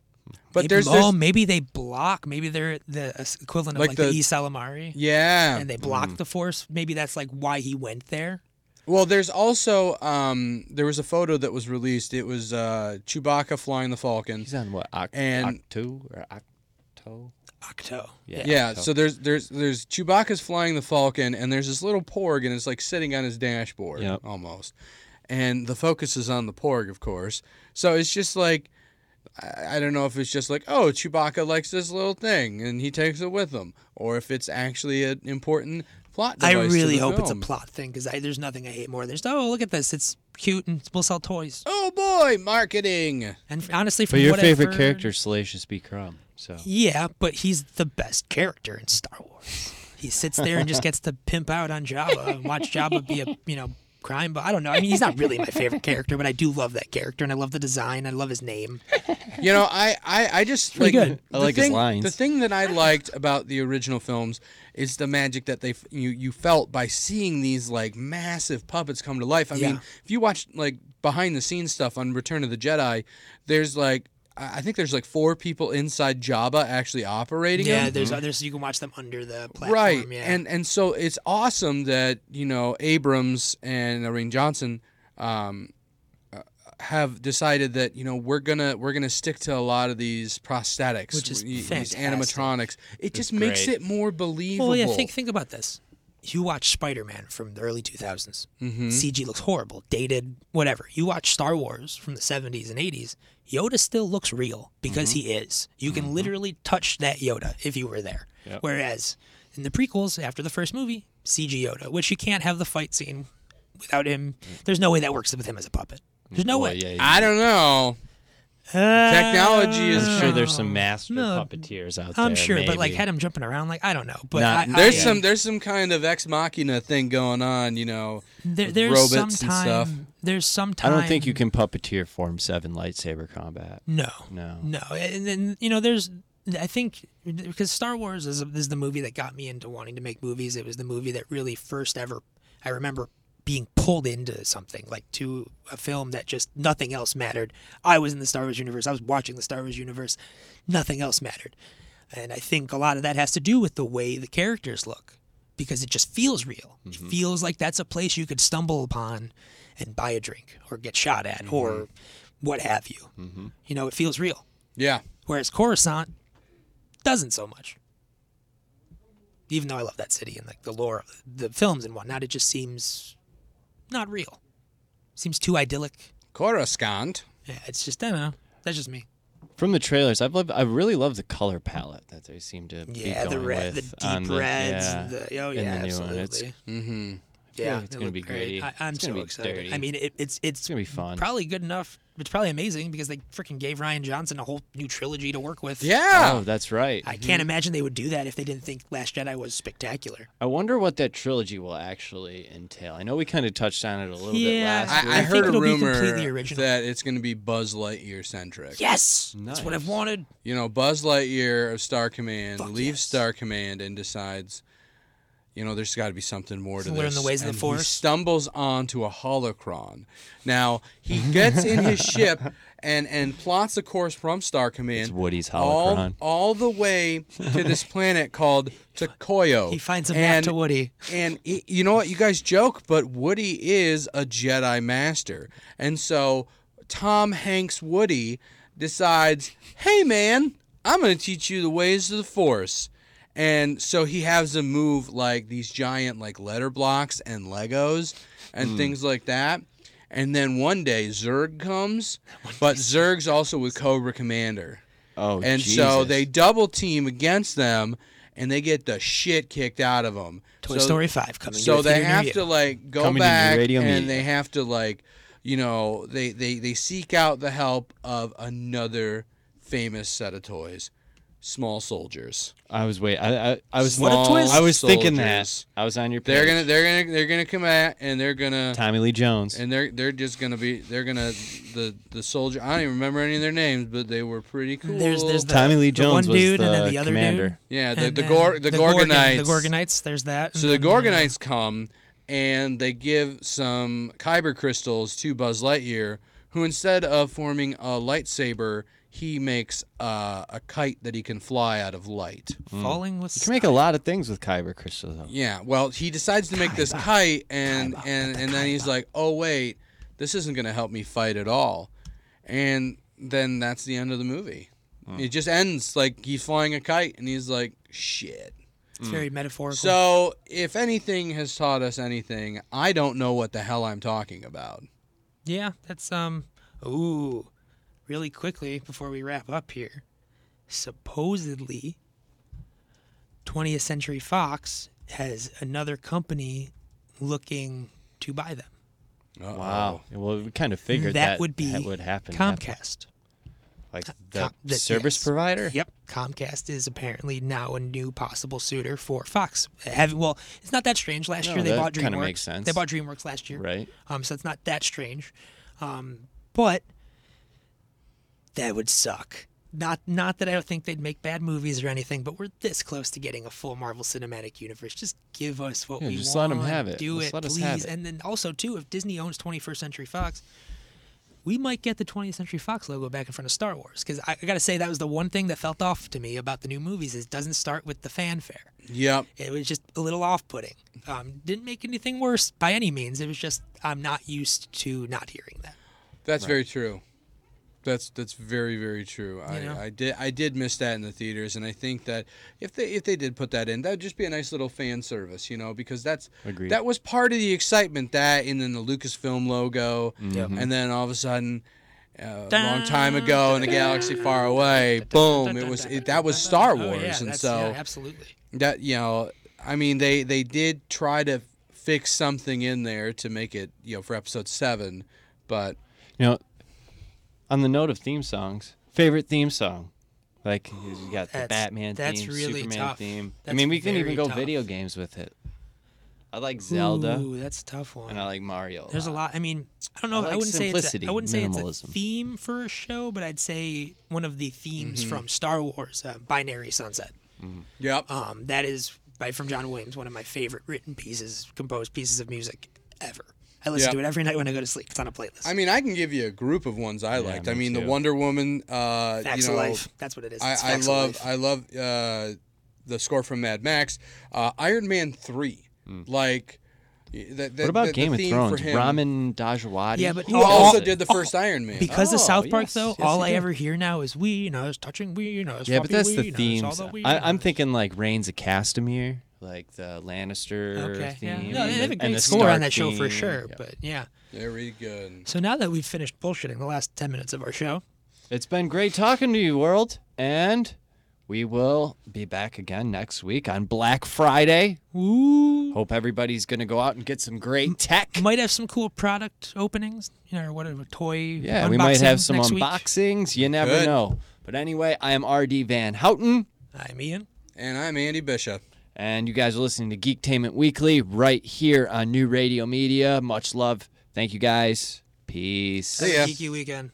[SPEAKER 4] but
[SPEAKER 2] maybe,
[SPEAKER 4] there's,
[SPEAKER 2] oh,
[SPEAKER 4] there's
[SPEAKER 2] maybe they block. Maybe they're the uh, equivalent of
[SPEAKER 4] Like
[SPEAKER 2] like, the,
[SPEAKER 4] the-
[SPEAKER 2] E Salamari.
[SPEAKER 4] yeah Mm-hmm.
[SPEAKER 2] And they block the force. Maybe that's like why he went there.
[SPEAKER 4] Well, there's also um, there was a photo that was released. It was uh, Chewbacca flying the Falcon.
[SPEAKER 3] He's on what? Oc-
[SPEAKER 4] And-
[SPEAKER 3] Octo or Octo?
[SPEAKER 2] Octo.
[SPEAKER 4] Yeah,
[SPEAKER 3] Octo.
[SPEAKER 4] so there's there's there's Chewbacca's flying the Falcon, and there's this little porg, and it's like sitting on his dashboard
[SPEAKER 3] Yep.
[SPEAKER 4] almost, and the focus is on the porg, of course. So it's just like, I, I don't know if it's just like, oh, Chewbacca likes this little thing, and he takes it with him, or if it's actually an important plot.
[SPEAKER 2] I
[SPEAKER 4] device to
[SPEAKER 2] really
[SPEAKER 4] the
[SPEAKER 2] hope it's a
[SPEAKER 4] film.
[SPEAKER 2] plot thing because there's nothing I hate more. There's oh look at this, it's cute and we'll sell toys.
[SPEAKER 4] Oh boy, marketing.
[SPEAKER 2] And honestly, from
[SPEAKER 3] But your
[SPEAKER 2] what I've
[SPEAKER 3] favorite
[SPEAKER 2] heard-
[SPEAKER 3] character, Salacious B. Crumb. So
[SPEAKER 2] Yeah, but he's the best character in Star Wars. He sits there and just gets to pimp out on Jabba and watch Jabba be a you know crime. But I don't know. I mean, he's not really my favorite character, but I do love that character and I love the design. I love his name.
[SPEAKER 4] You know, I I, I just like
[SPEAKER 2] pretty good.
[SPEAKER 4] the
[SPEAKER 3] I like his
[SPEAKER 4] thing,
[SPEAKER 3] lines.
[SPEAKER 4] The thing that I liked about the original films is the magic that they f- you you felt by seeing these like massive puppets come to life. I mean,
[SPEAKER 2] Yeah.
[SPEAKER 4] if you watch like behind the scenes stuff on Return of the Jedi, there's like I I think there's like four people inside Jabba actually operating.
[SPEAKER 2] Yeah,
[SPEAKER 4] him.
[SPEAKER 2] there's others you can watch them under the platform.
[SPEAKER 4] Mm-hmm. Right.
[SPEAKER 2] Yeah.
[SPEAKER 4] And and so it's awesome that, you know, Abrams and Irene Johnson um, uh, have decided that, you know, we're going to we're going to stick to a lot of these prosthetics,
[SPEAKER 2] Which is
[SPEAKER 4] y- these
[SPEAKER 2] fantastic.
[SPEAKER 4] animatronics. It just makes it
[SPEAKER 3] great.
[SPEAKER 4] more believable.
[SPEAKER 2] well, yeah. Think think about this. You watch Spider Man from the early 2000s.
[SPEAKER 4] Mm-hmm.
[SPEAKER 3] Mm-hmm.
[SPEAKER 2] CG looks horrible, dated, whatever. You watch Star Wars from the 70s and 80s. Yoda still looks real because
[SPEAKER 3] Mm-hmm.
[SPEAKER 2] he is. You can literally touch that Yoda if you were there. Whereas in the prequels, after the first movie, CG Yoda, which you can't have the fight scene without him. There's no way that works with him as a puppet. There's no
[SPEAKER 3] Well,
[SPEAKER 2] way. Uh,
[SPEAKER 3] yeah,
[SPEAKER 4] I don't know. Technology is
[SPEAKER 3] I'm sure there's some master
[SPEAKER 2] no,
[SPEAKER 3] puppeteers out there.
[SPEAKER 2] I'm sure, but like
[SPEAKER 3] maybe.
[SPEAKER 2] had him jumping around, like I don't know. But
[SPEAKER 3] Nah,
[SPEAKER 2] I,
[SPEAKER 4] There's
[SPEAKER 2] I-
[SPEAKER 4] some there's some kind of ex machina thing going on, you know.
[SPEAKER 2] there,
[SPEAKER 4] with
[SPEAKER 2] there's
[SPEAKER 4] robots
[SPEAKER 2] some
[SPEAKER 4] and stuff.
[SPEAKER 2] time. There's some
[SPEAKER 3] I
[SPEAKER 2] time. Mm.
[SPEAKER 3] don't think you can puppeteer Form Seven lightsaber combat.
[SPEAKER 2] No.
[SPEAKER 3] No.
[SPEAKER 2] No. And then you know, there's I think because Star Wars is is the movie that got me into wanting to make movies. It was the movie that really first ever I remember being pulled into something like to a film that just nothing else mattered. I was in the Star Wars universe. I was watching the Star Wars universe. Nothing else mattered. And I think a lot of that has to do with the way the characters look because it just feels real. It feels like that's a place you could stumble upon and buy a drink or get shot at or what have you. You know, it feels real.
[SPEAKER 4] Yeah.
[SPEAKER 2] Whereas Coruscant doesn't so much. Even though I love that city and like the lore of the films and whatnot, it just seems not real. Seems too idyllic.
[SPEAKER 4] Coruscant.
[SPEAKER 2] Yeah, it's just I don't know. That's just me.
[SPEAKER 3] From the trailers, I've loved, I really love the color palette that they seem to be
[SPEAKER 2] Yeah, the
[SPEAKER 3] going
[SPEAKER 2] red, the
[SPEAKER 3] with on
[SPEAKER 2] deep reds,
[SPEAKER 3] yeah,
[SPEAKER 2] and the oh
[SPEAKER 3] in
[SPEAKER 2] yeah,
[SPEAKER 3] the new
[SPEAKER 2] absolutely.
[SPEAKER 3] one. It's, it's
[SPEAKER 2] Oh,
[SPEAKER 4] Mm-hmm.
[SPEAKER 3] Yeah,
[SPEAKER 2] yeah,
[SPEAKER 3] it's
[SPEAKER 2] they
[SPEAKER 3] gonna
[SPEAKER 2] look
[SPEAKER 3] be
[SPEAKER 2] great.
[SPEAKER 3] gritty.
[SPEAKER 2] I, I'm
[SPEAKER 3] It's
[SPEAKER 2] so
[SPEAKER 3] gonna be
[SPEAKER 2] excited.
[SPEAKER 3] dirty.
[SPEAKER 2] I mean, it, it's it's
[SPEAKER 3] gonna be fun.
[SPEAKER 2] probably good enough. It's probably amazing because they freaking gave Ryan Johnson a whole new trilogy to work with.
[SPEAKER 3] Oh,
[SPEAKER 4] Yeah.
[SPEAKER 3] that's right.
[SPEAKER 2] I can't imagine they would do that if they didn't think Last Jedi was spectacular.
[SPEAKER 3] I wonder what that trilogy will actually entail. I know we kind of touched on it a little bit
[SPEAKER 2] Yeah.
[SPEAKER 3] last
[SPEAKER 4] I, I
[SPEAKER 2] I
[SPEAKER 4] heard
[SPEAKER 2] think
[SPEAKER 4] a
[SPEAKER 2] it'll be
[SPEAKER 4] rumor
[SPEAKER 2] completely original.
[SPEAKER 4] that it's going to be Buzz Lightyear centric.
[SPEAKER 2] Yes, that's what I've
[SPEAKER 3] Nice.
[SPEAKER 2] wanted.
[SPEAKER 4] You know, Buzz Lightyear of Star Command
[SPEAKER 2] Fuck
[SPEAKER 4] leaves
[SPEAKER 2] yes.
[SPEAKER 4] Star Command and decides, you know, there's got to be something more to
[SPEAKER 2] learn
[SPEAKER 4] this.
[SPEAKER 2] the ways of the
[SPEAKER 4] and he
[SPEAKER 2] Force.
[SPEAKER 4] stumbles onto a holocron. Now he gets in his ship and and plots a course from Star Command.
[SPEAKER 3] Woody's
[SPEAKER 4] all,
[SPEAKER 3] holocron.
[SPEAKER 4] all the way to this planet called Tokoyo.
[SPEAKER 2] He finds a map
[SPEAKER 4] and
[SPEAKER 2] to Woody.
[SPEAKER 4] and i you know what? You guys joke, but Woody is a Jedi Master. And so Tom Hanks Woody decides, hey, man, I'm going to teach you the ways of the Force. And so he has them move like these giant like letter blocks and Legos and
[SPEAKER 3] Hmm.
[SPEAKER 4] things like that. And then one day Zerg comes, but Zerg's also with Cobra Commander.
[SPEAKER 3] Oh,
[SPEAKER 4] And so
[SPEAKER 3] Jesus.
[SPEAKER 4] they double team against them, and they get the shit kicked out of them.
[SPEAKER 2] Toy Story Five coming. to
[SPEAKER 4] So they
[SPEAKER 2] a theater near
[SPEAKER 4] have
[SPEAKER 2] you.
[SPEAKER 4] to like go
[SPEAKER 3] Coming to
[SPEAKER 4] back,
[SPEAKER 3] radio
[SPEAKER 4] and
[SPEAKER 3] media.
[SPEAKER 4] they have to like, you know, they they they seek out the help of another famous set of toys, small soldiers.
[SPEAKER 3] I was wait. I I, I was
[SPEAKER 4] What a twist.
[SPEAKER 3] I was thinking
[SPEAKER 4] Soldiers.
[SPEAKER 3] that. I was on your. Page.
[SPEAKER 4] They're gonna they're gonna they're gonna come at, and they're gonna
[SPEAKER 3] Tommy Lee Jones.
[SPEAKER 4] and they're they're just gonna be they're gonna the the soldier. I don't even remember any of their names, but they were pretty cool.
[SPEAKER 2] There's there's the,
[SPEAKER 3] Tommy Lee
[SPEAKER 2] the
[SPEAKER 3] Jones
[SPEAKER 2] one
[SPEAKER 3] was
[SPEAKER 2] dude and
[SPEAKER 3] the
[SPEAKER 2] then the other
[SPEAKER 3] commander.
[SPEAKER 4] yeah
[SPEAKER 2] dude.
[SPEAKER 4] the
[SPEAKER 2] and
[SPEAKER 4] the,
[SPEAKER 2] then
[SPEAKER 4] Gor- the,
[SPEAKER 2] Gorgon-
[SPEAKER 4] Gorgonites.
[SPEAKER 2] The Gorgonites. There's that. uh,
[SPEAKER 4] So the Gorgonites come and they give some kyber crystals to Buzz Lightyear, who instead of forming a lightsaber, he makes uh, a kite that he can fly out of light.
[SPEAKER 2] Mm. falling with.
[SPEAKER 3] You can make a lot of things with kyber crystals. Though.
[SPEAKER 4] Yeah, well, he decides to make this kite, and and and then he's like, "Oh wait, this isn't going to help me fight at all," and then that's the end of the movie. It just ends like he's flying a kite, and he's like, "Shit."
[SPEAKER 2] It's very metaphorical.
[SPEAKER 4] Mm. So, if anything has taught us anything, I don't know what the hell I'm talking about.
[SPEAKER 2] yeah, that's um. Ooh, really quickly before we wrap up here, supposedly, 20th Century Fox has another company looking to buy them.
[SPEAKER 4] Uh-oh.
[SPEAKER 3] Wow. Well, we kind of figured that,
[SPEAKER 2] that would be
[SPEAKER 3] that would happen.
[SPEAKER 2] Comcast.
[SPEAKER 3] Like the
[SPEAKER 2] Com- that-
[SPEAKER 3] service
[SPEAKER 2] yes.
[SPEAKER 3] provider.
[SPEAKER 2] Yep, Comcast is apparently now a new possible suitor for Fox. Have, well, it's not that strange. Last
[SPEAKER 3] No,
[SPEAKER 2] year they
[SPEAKER 3] that
[SPEAKER 2] bought
[SPEAKER 3] kinda
[SPEAKER 2] DreamWorks.
[SPEAKER 3] makes sense.
[SPEAKER 2] They bought DreamWorks last year,
[SPEAKER 3] Right.
[SPEAKER 2] Um, so it's not that strange. Um, but that would suck. Not not that I don't think they'd make bad movies or anything, but we're this close to getting a full Marvel Cinematic Universe. Just give us what
[SPEAKER 3] Yeah,
[SPEAKER 2] we
[SPEAKER 3] just let
[SPEAKER 2] want.
[SPEAKER 3] 'em have it.
[SPEAKER 2] Do
[SPEAKER 3] Just
[SPEAKER 2] it,
[SPEAKER 3] let us
[SPEAKER 2] please.
[SPEAKER 3] have it.
[SPEAKER 2] And then also too, if Disney owns 21st Century Fox, we might get the 20th Century Fox logo back in front of Star Wars because I, I got to say that was the one thing that felt off to me about the new movies is it doesn't start with the fanfare.
[SPEAKER 4] Yep.
[SPEAKER 2] It was just a little off-putting. Um, didn't make anything worse by any means. It was just I'm not used to not hearing that.
[SPEAKER 4] That's very true. That's that's very very true.
[SPEAKER 2] know?
[SPEAKER 4] I, I did I did miss that in the theaters, and I think that if they if they did put that in, that'd just be a nice little fan service, you know, because that's
[SPEAKER 3] Agreed.
[SPEAKER 4] that was part of the excitement that, and then the Lucasfilm logo,
[SPEAKER 3] Mm-hmm.
[SPEAKER 4] and then all of a sudden. Uh, a long time ago in a galaxy far away, boom! Oh, It was it, that was Star
[SPEAKER 2] Oh,
[SPEAKER 4] Wars,
[SPEAKER 2] yeah,
[SPEAKER 4] and
[SPEAKER 2] that's-
[SPEAKER 4] so
[SPEAKER 2] yeah, absolutely.
[SPEAKER 4] that you know i mean they they did try to fix something in there to make it you know for episode seven but
[SPEAKER 3] You know, on the note of theme songs, favorite theme song. Like you got the
[SPEAKER 2] That's-
[SPEAKER 3] Batman
[SPEAKER 2] that's
[SPEAKER 3] theme,
[SPEAKER 2] really
[SPEAKER 3] Superman
[SPEAKER 2] tough.
[SPEAKER 3] theme. I
[SPEAKER 2] That's
[SPEAKER 3] mean, we can
[SPEAKER 2] very
[SPEAKER 3] even go
[SPEAKER 2] tough.
[SPEAKER 3] video games with it. I like Zelda
[SPEAKER 2] Ooh, that's a tough one.
[SPEAKER 3] and
[SPEAKER 4] uh,
[SPEAKER 3] I like Mario.
[SPEAKER 2] There's a lot. I mean, I don't know. I,
[SPEAKER 3] like
[SPEAKER 2] wouldn't say it's. A,
[SPEAKER 3] simplicity,
[SPEAKER 2] I wouldn't say it's a
[SPEAKER 3] minimalism.
[SPEAKER 2] theme for a show, but I'd say one of the themes
[SPEAKER 4] Mm-hmm.
[SPEAKER 2] from Star Wars, uh, "Binary Sunset."
[SPEAKER 4] yep
[SPEAKER 2] Um, that is by from John Williams, one of my favorite written pieces, composed pieces of music
[SPEAKER 7] forever. I listen
[SPEAKER 4] Yeah.
[SPEAKER 7] to it every night when I go to sleep. It's on a playlist.
[SPEAKER 4] I mean, I can give you a group of ones I liked. I
[SPEAKER 8] me
[SPEAKER 4] mean, the
[SPEAKER 8] too.
[SPEAKER 4] Wonder Woman. Uh,
[SPEAKER 7] facts
[SPEAKER 4] you know,
[SPEAKER 7] of life. That's what it is.
[SPEAKER 4] I,
[SPEAKER 7] It's
[SPEAKER 4] I
[SPEAKER 7] facts of
[SPEAKER 4] love
[SPEAKER 7] life.
[SPEAKER 4] I love uh, the score from Mad Max, uh, Iron Man three, like. y- The, the,
[SPEAKER 3] Hmm. What about
[SPEAKER 4] the,
[SPEAKER 3] Game
[SPEAKER 4] the
[SPEAKER 3] of
[SPEAKER 4] theme
[SPEAKER 3] Thrones?
[SPEAKER 4] For him,
[SPEAKER 3] Ramen Dajawadi.
[SPEAKER 2] Yeah, but
[SPEAKER 4] who
[SPEAKER 2] Oh,
[SPEAKER 4] also
[SPEAKER 3] it?
[SPEAKER 4] did the first Iron Man.
[SPEAKER 2] Because
[SPEAKER 3] Oh,
[SPEAKER 2] of South Park,
[SPEAKER 3] yes,
[SPEAKER 2] though,
[SPEAKER 3] yes,
[SPEAKER 2] all
[SPEAKER 3] you
[SPEAKER 2] I
[SPEAKER 3] do.
[SPEAKER 2] ever hear now is we, and I was touching we, and I was
[SPEAKER 3] Yeah, but
[SPEAKER 2] floppy
[SPEAKER 3] that's
[SPEAKER 2] we,
[SPEAKER 3] the
[SPEAKER 2] and I was
[SPEAKER 3] themes.
[SPEAKER 2] all the we,
[SPEAKER 3] I,
[SPEAKER 2] and
[SPEAKER 3] I'm
[SPEAKER 2] I-
[SPEAKER 3] thinking like Reigns of Castamere, like the Lannister
[SPEAKER 2] Okay, yeah.
[SPEAKER 3] theme.
[SPEAKER 2] No, they have a
[SPEAKER 3] and
[SPEAKER 2] great
[SPEAKER 3] the
[SPEAKER 2] score on
[SPEAKER 3] Stark
[SPEAKER 2] that show for
[SPEAKER 3] theme.
[SPEAKER 2] sure.
[SPEAKER 3] Yeah.
[SPEAKER 2] But yeah.
[SPEAKER 4] Very good.
[SPEAKER 2] So now that we've finished bullshitting the last 10 minutes of our show,
[SPEAKER 3] It's been great talking to you, world, and we will be back again next week on Black Friday.
[SPEAKER 2] ooh,
[SPEAKER 3] Hope everybody's gonna go out and get some great tech.
[SPEAKER 2] might have some cool product openings, you know, or whatever, toy.
[SPEAKER 3] Yeah, we might have
[SPEAKER 2] unboxings
[SPEAKER 3] some
[SPEAKER 2] next week.
[SPEAKER 3] unboxings. You never
[SPEAKER 4] Good.
[SPEAKER 3] know. But anyway, I am RD Van Houten,
[SPEAKER 2] I'm Ian.
[SPEAKER 4] And I'm Andy Bishop.
[SPEAKER 3] and you guys are listening to Geektainment Weekly right here on New Radio Media. Much love. Thank you guys. Peace.
[SPEAKER 4] See ya.
[SPEAKER 2] Geeky weekend.